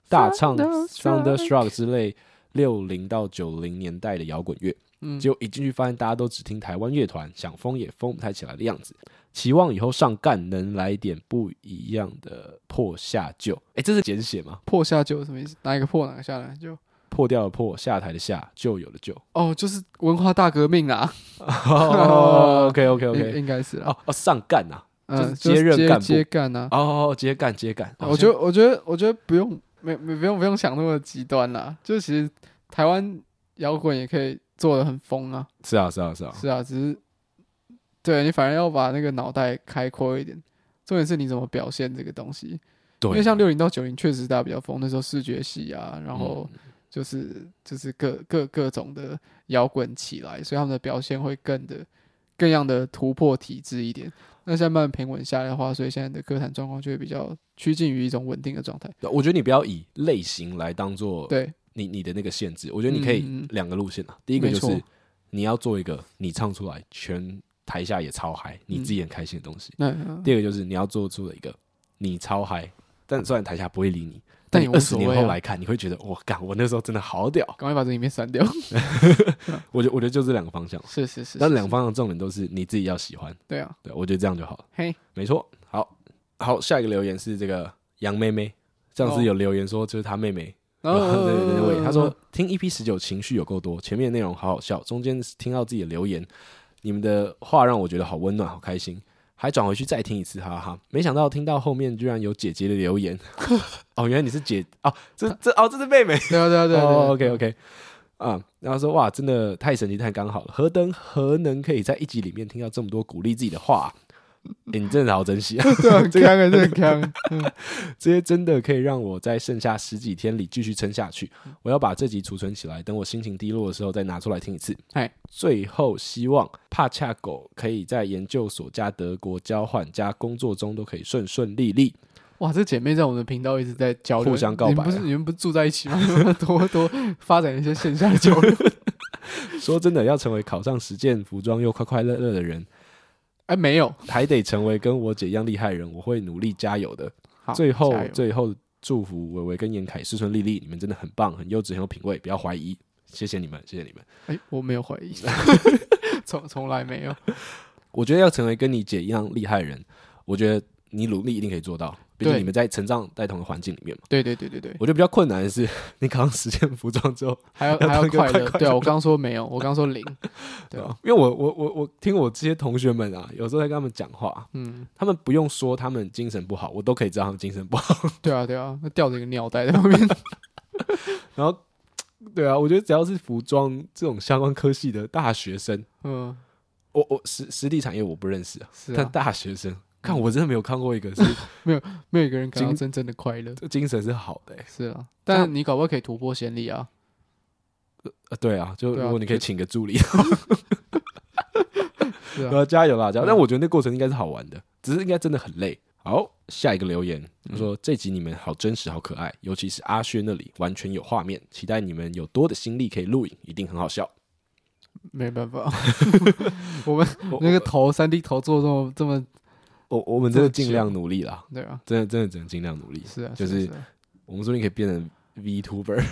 A: 大唱
B: Thunderstruck
A: Thunderstruck 之类六零到九零年代的摇滚乐。
B: 嗯
A: 结果一进去发现大家都只听台湾乐团，想疯也疯不太起来的样子。期望以后上干能来点不一样的破下旧，哎、这是简写吗？
B: 破下酒什么意思？哪一个破哪个下来就
A: 破掉的破，下台的下，旧有的 旧。
B: 哦，就是文化大革命啦，
A: 哦，OK OK
B: 应
A: OK，
B: 应该是啦，
A: 哦哦，上干呐，
B: 嗯，
A: 就是接任
B: 接
A: 干部
B: 接干啊呐，
A: 哦，接干接干，哦
B: 啊我觉得，我觉得，我觉得不用，没没不用不用想那么极端啦。就其实台湾摇滚也可以做的很疯啊，
A: 是啊是啊是啊，
B: 是啊，只是对你反而要把那个脑袋开阔一点。重点是你怎么表现这个东西，因
A: 对，
B: 为像六零到九零确实大家比较疯，那时候视觉系啊，然后
A: 嗯
B: 就是、就是各各各种的摇滚起来，所以他们的表现会更的更样的突破体制一点。那现在慢慢平稳下来的话，所以现在的歌坛状况就会比较趋近于一种稳定的状态。
A: 我觉得你不要以类型来当做
B: 对，
A: 你你的那个限制，我觉得你可以
B: 嗯嗯嗯
A: 两个路线啊，第一个就是
B: 没错
A: 你要做一个你唱出来全台下也超
B: 嗯
A: 嗨，你自己很开心的东西；
B: 那、嗯
A: 第二个就是你要做出了一个你超嗨，但虽然台下不会理你，
B: 但
A: 你
B: 也无
A: 二十
B: 所
A: 年
B: 谓
A: 后
B: 啊
A: 来看，你会觉得我干，我那时候真的好屌。
B: 赶快把这里面 删掉。
A: 我觉得我觉得就这两个方向。
B: 是是是，
A: 但
B: 是
A: 两
B: 是
A: 方向重点都是你自己要喜欢，
B: 对啊，
A: 对我觉得这样就好了。
B: 嘿，
A: 没错，好好，下一个留言是这个杨妹妹，上
B: 哦
A: 次有留言说就是她妹妹，
B: 然
A: 对
B: 后
A: 对对对，她说听 EP 十九情绪有够多，前面的内容好好笑，中间听到自己的留言，你们的话让我觉得好温暖，好开心，还转回去再听一次，哈哈哈。没想到听到后面居然有姐姐的留言， 哦，原来你是姐哦，这这哦这是妹妹，
B: 对啊对啊对啊对啊
A: 哦，OK OK，啊，然后说哇，真的太神奇太刚好了，何等何能可以在一集里面听到这么多鼓励自己的 话、诶你真的好珍惜啊！
B: 对啊，很坑啊，这很坑。嗯
A: 这些真的可以让我在剩下十几天里继续撑下去。
B: 嗯
A: 我要把这集储存起来，等我心情低落的时候再拿出来听一次。
B: 嗨，
A: 最后希望帕恰狗可以在研究所加德国交换加工作中都可以顺顺利利。
B: 哇，这姐妹在我们的频道一直在交流，
A: 互相告白啊
B: 你们不是你们不是住在一起吗？ 多多发展一些线下的交流。
A: 说真的，要成为考上十件服装又快快乐乐的人，
B: 哎，没有，
A: 还得成为跟我姐一样厉害的人，我会努力加油的。
B: 好
A: 最后
B: 加油
A: 最后祝福伟伟跟严凯顺顺利利，你们真的很棒，很优质，很有品味，不要怀疑。谢谢你们，谢谢你们。
B: 哎，我没有怀疑， 从从来没有。
A: 我觉得要成为跟你姐一样厉害的人，我觉得你努力一定可以做到。毕竟
B: 对
A: 你们在成长在同一个环境里面嘛。
B: 对对对对对，
A: 我觉得比较困难的是， 你考上实践服装之后，
B: 还要
A: 要
B: 还要
A: 当个
B: 快
A: 快
B: 乐。
A: 快
B: 对啊，
A: 乐
B: 我刚说没有，我刚说零。 对啊，
A: 因为我我我我听我这些同学们啊，有时候在跟他们讲话，
B: 嗯，
A: 他们不用说他们精神不好，我都可以知道他们精神不 好。
B: 对啊对啊，那吊着一个尿袋在后面。
A: 然后，对啊，我觉得只要是服装这种相关科系的大学生，
B: 嗯，
A: 我我实实体产业我不认识啊，
B: 是
A: 但
B: 啊，嗯
A: 大学生，看我真的没有看过一个是
B: 没有一个人感到
A: 今
B: 真正的快乐。
A: 精神是好的、欸。
B: 是啊，但你搞不好可以突破先例啊。
A: 呃，对啊，就
B: 对啊
A: 如果你可以请个助理，
B: 是啊，
A: 呃，加油啦，加油！
B: 嗯
A: 但我觉得那过程应该是好玩的，只是应该真的很累。好，下一个留言他
B: 嗯
A: 说：“这集你们好真实，好可爱，尤其是阿轩那里完全有画面，期待你们有多的心力可以录影，一定很好笑。
B: 没办法，我们
A: 我
B: 那个头三 D 头做这么这么，
A: 我我们真的尽量努力啦，
B: 对啊，
A: 真的真的只能尽量努力。
B: 是啊，
A: 就是是
B: 啊啊
A: 我们说不定可以变成 VTuber。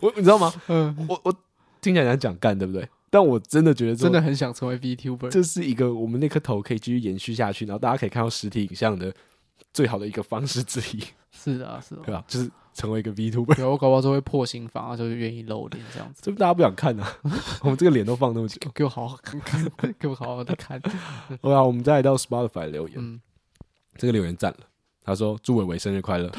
A: 我你知道吗？
B: 嗯，
A: 我我听起来很想干，对不对？但我真的觉得说
B: 真的很想成为 VTuber。
A: 这是一个我们那颗头可以继续延续下去，然后大家可以看到实体影像的最好的一个方式之一，
B: 是的啊，是的啊
A: 对。吧？就是成为一个 VTuber，
B: 有我搞不好就会破心房，然后就愿意露脸这样 子。
A: 这不大家不想看啊？我们这个脸都放那么久。
B: 给我好好看看， 给我好好的看。
A: 好啦，我们再来到 Spotify 留言，
B: 嗯，
A: 这个留言赞了。他说：“祝伟伟生日快 乐，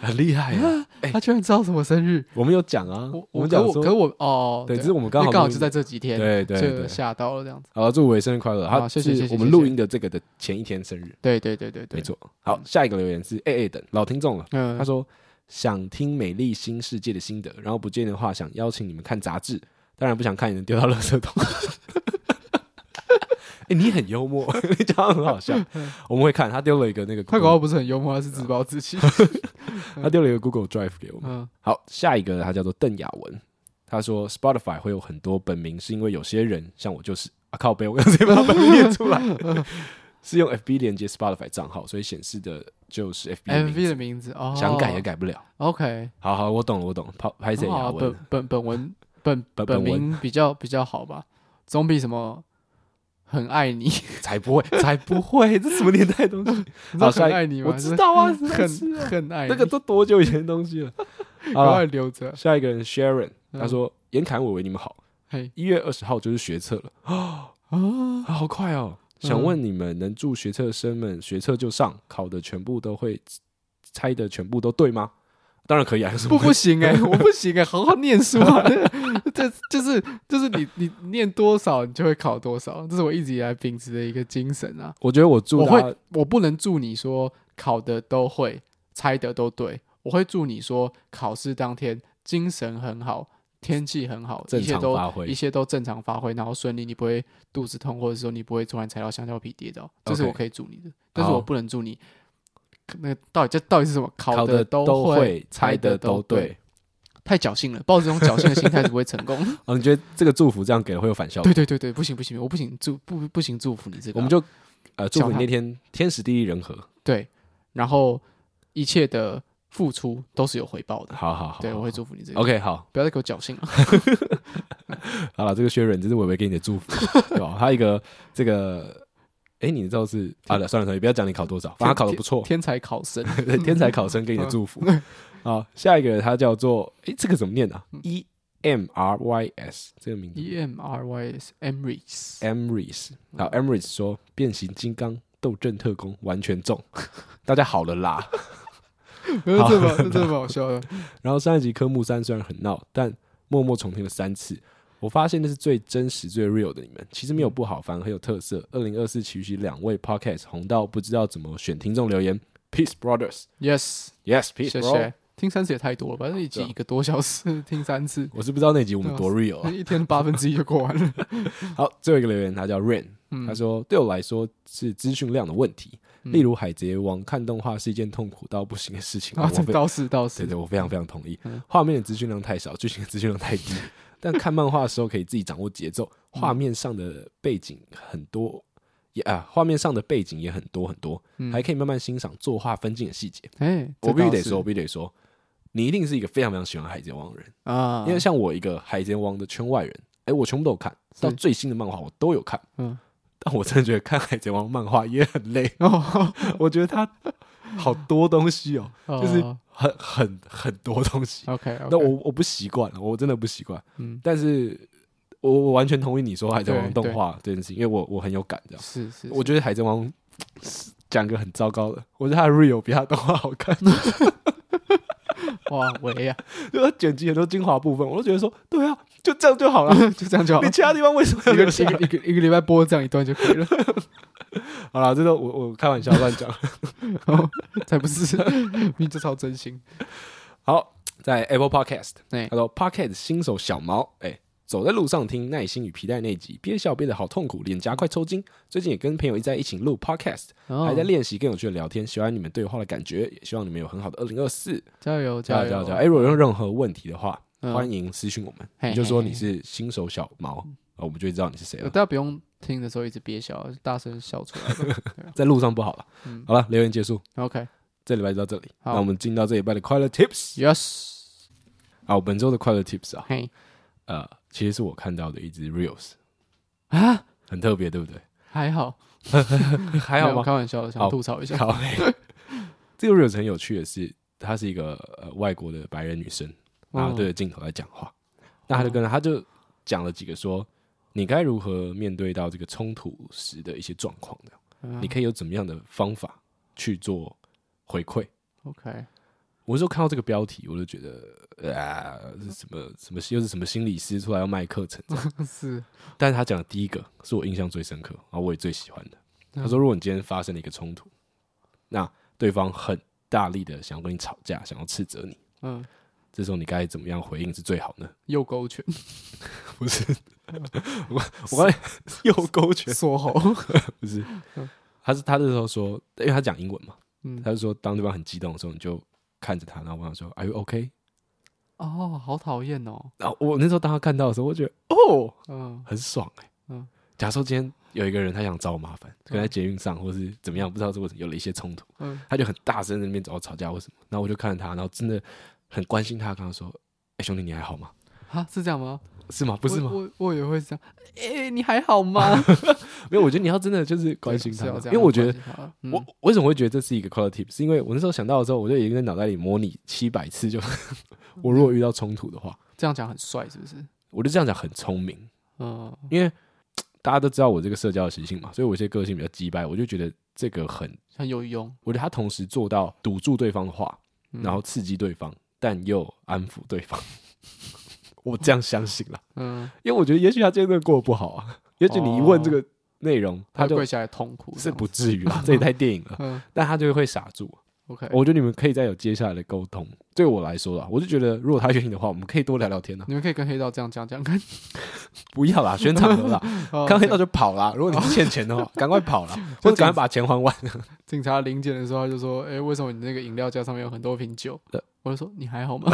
A: 很厉害啊！
B: 他居然知道什么生日，
A: 我们有讲啊，
B: 嗯我
A: 我们
B: 可
A: 讲
B: 我可
A: 说，
B: 我哦，
A: 对，只是我们刚
B: 因
A: 好
B: 为刚好
A: 录音
B: 就在这几天，
A: 对对
B: 就
A: 对，
B: 吓到了这样子。
A: 好，祝伟生日快乐！他
B: 好谢谢谢
A: 是
B: 谢
A: 我们
B: 谢谢
A: 录音的这个的前一天生日，
B: 对对对对对，
A: 没错。好，下一个留言是 A A 等老听众了，
B: 嗯，
A: 他说想听美丽新世界的心得，然后不见的话想邀请你们看杂志，当然不想看你们丢到垃圾 桶。哎、你很幽默， 你讲得很好笑。
B: 嗯
A: 我们会看他丢了一个那个
B: 他搞
A: Google,
B: 到不是很幽默，他
A: 啊
B: 是自暴 自弃。
A: 他丢了一个 Google Drive 给我们。
B: 嗯
A: 好，下一个他叫做邓雅文，他说 Spotify 会有很多本名，是因为有些人像我就是啊靠背，我 刚才把本名念 出来，是用 FB 连接 Spotify 账号，所以显示的就是 FB 的名字
B: ，MV 的名字哦，
A: 想改也改不了。
B: OK，
A: 好好，我懂了，我懂了，拍拍谁
B: 很好
A: 雅
B: 啊
A: 文
B: 本？本本文本
A: 本
B: 本
A: 本文
B: 名比较比较好吧，总比什么很爱你，
A: 才不会， 才不会，这什么年代的东西？
B: 你知道
A: 好下一
B: 很爱你吗？
A: 我知道啊，
B: 就是
A: 很
B: 很很爱
A: 那个
B: 你
A: 都多久以前的东西了？好
B: 赶快
A: 了，
B: 留着。
A: 下一个人 Sharon，
B: 嗯
A: 他说：“严侃伟伟，你们好，
B: 嘿
A: 一月二十号就是学 测了啊，好快哦！
B: 嗯
A: 想问你们，能祝学测生们学测就上，考的全部都会，猜的全部都对吗？当然可以啊，有什么
B: 不不行哎、我不行哎、好好念书啊！ 这就是就是你你念多少，你就会考多少，这是我一直以来秉持的一个精神啊。
A: 我觉得我祝
B: 我
A: 大家
B: 会，我不能祝你说考的都会，猜的都对，我会祝你说考试当天精神很好，天气很好，
A: 正
B: 一切
A: 常
B: 都
A: 发挥
B: 一切都正常发挥，然后顺利，你不会肚子痛，或者说你不会突然踩到香蕉皮跌倒，这是
A: OK
B: 我可以祝你的，但是我
A: 好
B: 不能祝你。那个到底这到底是什么？考
A: 的
B: 的
A: 都
B: 会，
A: 猜的
B: 的
A: 都
B: 对
A: 对。，
B: 太侥幸了，抱着这种侥幸的心态是不会成功。
A: 哦，你觉得这个祝福这样给了会有反效果
B: 对？对对对，不行不行，我不行祝不不行祝福你这
A: 我
B: 个啊、
A: 们就呃祝
B: 叫
A: 福你
B: 他
A: 那天天时地利人和。
B: 对，然后一切的付出都是有回报的。
A: 好好好，
B: 对，
A: 好
B: 我会祝福你这个。
A: OK，好，哦
B: 不要再给我侥幸了。
A: 好了，这个薛仁，这是伟伟给你的祝福， 对吧？还有一个这个，哎，你知道是啊，算了算了，也不要讲你考多少，反正他考的不错，
B: 天嗯才考生
A: 对天才考生给你的祝福。好，下一个他叫做，哎，这个怎么念啊？E M R Y S 这个名字
B: 嗯 E M R Y S Emrys，
A: 哎，Emrys。好，Emrys 说，变形金刚斗阵特工完全中， 大家好了啦。
B: 没有 这么这么好笑的。
A: 然后上一集科目三虽然很闹，但默默重听了三次。我发现那是最真实、最 real 的你们，其实没有不好，反而很有特色。二零二四期许两位 podcast 红到不知道怎么选听众留言，Peace Brothers，Yes
B: Yes，
A: Peace
B: 谢
A: Bro。
B: 谢。听三次也太多了吧？那一集
A: 对啊
B: 一个多小时，听三次，
A: 我是不知道那集我们
B: 对啊
A: 多 real
B: 那
A: 啊。
B: 一天八分之一就过完了。
A: 好，最后一个留言，他叫 Rain，、
B: 嗯
A: 他说对我来说是资讯量的问题，
B: 嗯
A: 例如《海贼王》看动画是一件痛苦到不行的事情，
B: 啊，
A: 我
B: 这
A: 非
B: 倒是倒是
A: 对对，，我非常非常同意
B: 嗯。
A: 画面的资讯量太少，剧情的资讯量太 低。但看漫画的时候可以自己掌握节奏，
B: 嗯
A: 画面上的背景很多，也啊，画面上的背景也很多很多，
B: 嗯
A: 还可以慢慢欣赏作画分镜的细节。
B: 哎，
A: 我必须得
B: 这倒是
A: 说，我必须得说，你一定是一个非常非常喜欢海贼王的人，
B: 啊，
A: 因为像我一个海贼王的圈外人，哎、我全部都有看，
B: 是
A: 到最新的漫画我都有看。
B: 嗯，
A: 但我真的觉得看海贼王漫画也很累，
B: 哦，
A: 我觉得它好多东西哦，就是
B: 哦
A: 很很很多东西。
B: OK，
A: 那我我不习惯了，我真的不习惯。
B: 嗯
A: 但是我我完全同意你说《海贼王》
B: 对对
A: 动画这件事情，因为我我很有感这样。
B: 是是，
A: 我
B: 是
A: 觉得《海贼王》讲个很糟糕的，我觉得他的 real 比他的动画好 看，
B: 哇喂呀，
A: 就他剪辑很多精华部分，我都觉得说，对 啊，就这样就好了。
B: 就这样就好
A: 你
B: 了。
A: 其他地方为什么要
B: 一个
A: 留下来
B: 一个一个一个礼拜播这样一段就可以了，
A: 好了，这个我我开玩笑乱讲。
B: 然后哦才不 是，你这超真心。
A: 好，在 Apple Podcast，
B: 哎
A: 他说 Podcast 新手小毛，哎、走在路上听耐心与皮带那集，憋笑憋得好痛苦，脸颊快抽筋。最近也跟朋友一在一起录 Podcast，
B: 哦
A: 还在练习更有趣的聊天，喜欢你们对话的感觉，也希望你们有很好的二零二四，
B: 加油
A: 加油加油加油！哎、如果有任何问题的话，欢
B: 迎。
A: 迎私信我们，
B: 嘿嗯
A: 你就说你是新手小毛，啊我们就会知道你是谁
B: 呃
A: 了。
B: 大家不用听的时候一直憋笑，大声笑出来 吧。
A: 在路上不好了，
B: 嗯
A: 好了，留言结束，
B: OK，Yes，
A: 这礼拜就到这里，
B: 好
A: 那我们进到这礼拜的快乐 Tips 啊，我本周的快乐 Tips 啊，
B: 嘿，
A: 呃，其实是我看到的一支 reels，
B: 啊，
A: 很特别，对 不对？
B: 还好，
A: 还
B: 没
A: 好
B: 有
A: 吗？
B: 开玩笑的，想
A: 好
B: 吐槽一下。
A: 靠背这个 reels 很有趣的是，她是一个呃外国的白人女生，然后对着镜头在讲话。那她就跟她就讲了几个说，你该如何面对到这个冲突时的一些状况的，
B: 嗯
A: 你可以有怎么样的方法去做回馈。
B: OK，
A: 我就看到这个标题，我就觉得，啊，这是什么什么又是什么心理师出来要卖课程这样？
B: 是
A: 但 是他讲的第一个是我印象最深刻，然后我也最喜欢的。
B: 嗯
A: 他说，如果你今天发生了一个冲突，那对方很大力的想要跟你吵架，想要斥责你，
B: 嗯，
A: 这时候你该怎么样回应是最好呢？
B: 右勾拳，
A: 不是，我我刚才右勾拳
B: 锁喉。
A: 不是，他是他这时候说，因为他讲英文嘛，
B: 嗯，
A: 他就说当对方很激动的时候，你就看着他，然后问他说，Are you OK？
B: 哦，好讨厌哦。
A: 然后我那时候当他看到的时候，我觉得哦，
B: 嗯
A: 很爽哎、
B: 嗯
A: 假如说今天有一个人他想找我麻烦，可能在捷运上或是怎么样，不知道是为什么有了一些冲突，
B: 嗯，
A: 他就很大声在那边找我吵架或什么，然后我就看着他，然后真的很关心他，跟他说：“哎、兄弟，你还好吗？
B: 啊，是这样吗？
A: 是吗？不是吗？
B: 我我我也会这样。哎，你还好吗？
A: 没有，我觉得你要真的就是 关心
B: 对啊
A: 他
B: 是要
A: 嘛，
B: 这
A: 因
B: 样
A: 为我觉得
B: 关心他。嗯
A: 我我为什么会觉得这是一个 quality tip，是因为我那时候想到的时候，我就已经在脑袋里模拟七百次就， 我如果遇到冲突的话，
B: 这样讲很帅，是不是？
A: 我就这样讲很聪明，
B: 嗯，
A: 因为大家都知道我这个社交的习性嘛，所以我有些个性比较鸡掰，我就觉得这个很
B: 很有用。
A: 我觉得他同时做到堵住对方的话，
B: 嗯
A: 然后刺激对方，但又安抚对方。 我这样相信了，
B: 嗯，
A: 因为我觉得也许他今天真的过得不好啊，也许你一问这个内容，他
B: 他
A: 就
B: 跪下来痛哭，
A: 是不？至于啦，啊这也太电影了，
B: 嗯
A: 但他就会傻住。啊
B: ，OK，
A: 我觉得你们可以再有接下来的沟通。对我来说啦，我就觉得如果他愿意的话，我们可以多聊聊天啊。
B: 你们可以跟黑道这样讲 讲看。
A: 不要啦，宣场了啦，
B: 哦
A: 看黑到就跑啦。如果你是欠钱的话，赶快跑啦，或者赶快把钱还完。
B: 警察临检的时候，他就说：“哎、为什么你那个饮料架上面有很多瓶酒
A: 对？”
B: 我就说：“你还好吗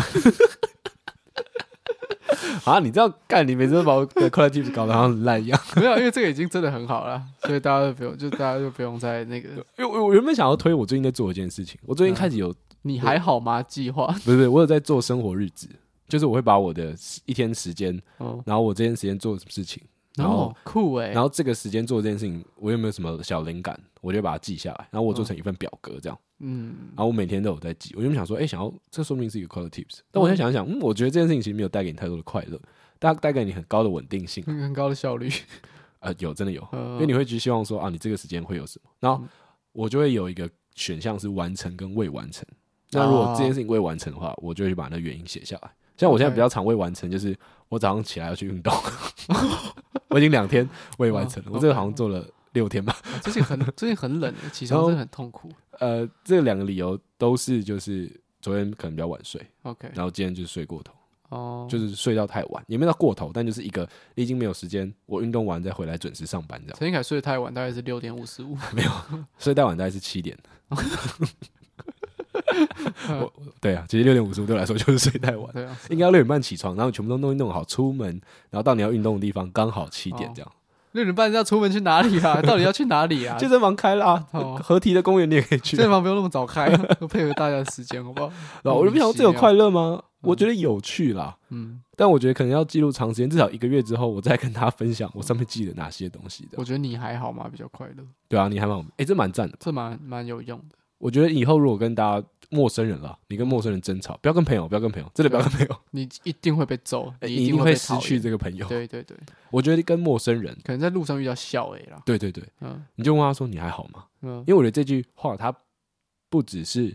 A: 啊，你这样干，你每次都把我的 quality tips 搞得好像很烂一样。？”
B: 没有，因为这个已经真的很好了，所以大家就不用，就大家就不用再那个
A: 因为我我原本想要推我最近在做一件事情，我最近开始有、
B: “你还好吗”计划。
A: 不是不是，我有在做生活日志，就是我会把我的一天时间，
B: 哦，
A: 然后我这天时间做什么事情，嗯然
B: 然
A: 后
B: 后酷哎、
A: 然后这个时间做这件事情，我有没有什么小灵感，我就把它记下来，然后我做成一份表格这样，
B: 嗯
A: 然，后我每天都有在记。我原本想说，哎、想要这说不定是一个 quality tips，但我现在想一想，嗯，我觉得这件事情其实没有带给你太多的快乐，但它带给你很高的稳定性，
B: 很很高的 效率。
A: 呃，有真的有，
B: 嗯
A: 因为你会去希望说啊，你这个时间会有什么，然后我就会有一个选项是完成跟未完成。
B: 哦
A: 那如果这件事情未完成的话，我就会去把那个原因写下来。像我现在
B: OK
A: 比较常未完成，就是我早上起来要去 运动，我已经两天未完成了，
B: 哦
A: 我这个好像做了六天吧。
B: 啊最 近很最近很冷、欸，起
A: 然
B: 床
A: 后
B: 真的很痛苦。
A: 呃，这两个理由都是就是昨天可能比较晚睡，
B: OK，
A: 然后今天就是睡过头，
B: 哦，
A: 就是睡到太晚，也没有到过头，但就是一个你已经没有时间，我运动完再回来准时上班这样。
B: 陈一凯睡得太晚，大概是六点五 十五。
A: 睡到晚大概是七点。我对啊，其实六点五十五对我来说就是 睡太晚，
B: 呃对啊，
A: 应该要六点半起床，然后全部都弄一弄好，出门，然后到你要运动的地方刚好七点
B: 哦
A: 这样。
B: 六点半要出门去哪里 啊？到底要去哪里啊？
A: 健身房开啦，
B: 哦
A: 合体的公园你也可以 去
B: 健。身房不用那么早 开，配合大家的时间，好不好？
A: 然后我就不啊嗯想说这有快乐吗？我觉得有趣啦，
B: 嗯。
A: 但我觉得可能要记录长时间，至少一个月之后，我再跟他分享我上面记得哪些东西的
B: 我。觉得你还好吗？比较快乐，
A: 对啊，你还蛮哎、这蛮赞的。
B: 这蛮蛮有用的。
A: 我觉得以后如果跟大家陌生人啦，你跟陌生人争吵，不要跟朋友，不要跟朋友，真的不要跟朋友，
B: 你一定会被揍，
A: 哎
B: 一
A: 你一定
B: 会
A: 会
B: 被
A: 失
B: 讨厌
A: 去。这个朋友。
B: 对对对，
A: 我觉得跟陌生人，
B: 可能在路上遇到笑诶啦，
A: 对对对，
B: 嗯
A: 你就问他说你还好吗？
B: 嗯
A: 因为我觉得这句话它不只是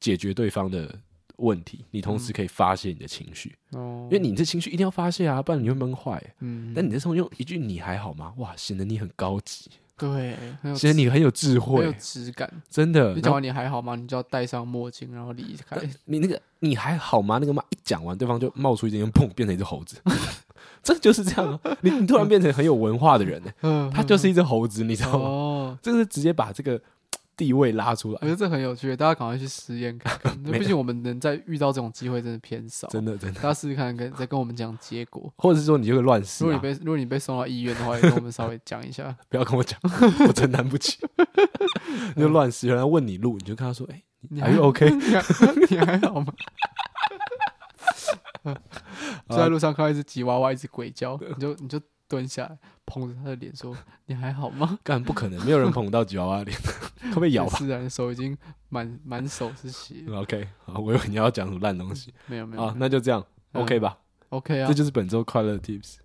A: 解决对方的问题，你同时
B: 嗯
A: 可以发泄你的情绪，
B: 哦
A: 因，为你这情绪一定要发泄啊，不然你会闷坏欸、
B: 嗯，
A: 但你这时候用一句“你还好吗”，哇，显得你很高级，
B: 对，很有
A: 显得你很有智
B: 很有
A: 慧，
B: 质感。
A: 真的。
B: 你
A: 然
B: 讲
A: 后
B: 完你还好吗？你就要戴上墨镜，然后离 开。
A: 你那个“你还好吗”那个嘛，一讲完，对方就冒出一阵烟，砰，变成一只 猴子。这就是这样、啊，你你突然变成很有文化的人、欸，
B: 嗯，
A: 他就是一只猴子，你知道吗？
B: 哦，
A: 这是直接把这个地位拉出来
B: 我觉，得这很有趣，大家赶快去实验看看。那
A: 没
B: 毕竟我们能在遇到这种机会真的偏少，
A: 啊真的真的。
B: 大家试试看，跟再跟我们讲结果。
A: 或者是说你就会乱试、
B: 如果你
A: 啊，
B: 被如果你被送到医院的话，也跟我们稍微讲一下。
A: 不要跟我 讲，我承担不起。你就乱试，然后问你路，你就跟他说：“哎、
B: 你
A: a r e you OK？”
B: 你还你还好吗？走
A: 啊
B: 在路上看到一只吉娃娃一直鬼叫，你就你就蹲下来捧着他的脸说：“你还 好吗
A: 干不可能，没有人捧到吉娃娃脸， 会被？”咬
B: 也
A: 吧
B: 是啊，你手已经满满手 是血，
A: ？OK，好，我以为你要讲什么烂东西
B: 没有没有
A: 啊，那就这样
B: 嗯
A: ，OK 吧？
B: OK 啊
A: 这，就是本周快乐 Tips。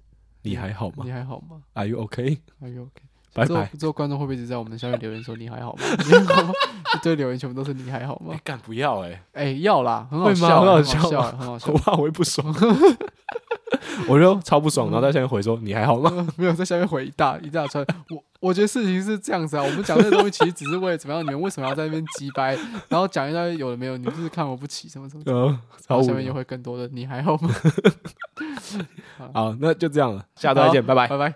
A: 你还好吗
B: 你还好吗？
A: ？Are you OK？
B: 哎呦 OK，
A: 拜
B: 之后
A: 拜。
B: 之后观众会不会一直在我们下面留言说你还好吗？你还好吗 一堆留言全部都是你还好 吗
A: 哎，？干不要哎，
B: 哎、要啦，很好
A: 会吗
B: 笑，
A: 很
B: 很
A: 好
B: 好
A: 笑
B: 笑，
A: 吗
B: 很好笑
A: 我。怕我会不 爽，我就超不爽，然后在下面回说你还好吗？
B: 没有在下面回一大一大串。我我觉得事情是这样子啊，我们讲这东西其实只是为了怎么样，你们为什么要在那边鸡掰，然后讲一大堆有的没有，你就是看我不起什么什么，
A: 嗯，
B: 然
A: 超
B: 后
A: 无
B: 下面又
A: 聊。
B: 会更多的，你还好吗？
A: 好，那就这样了，下周再见，拜拜。
B: 拜拜。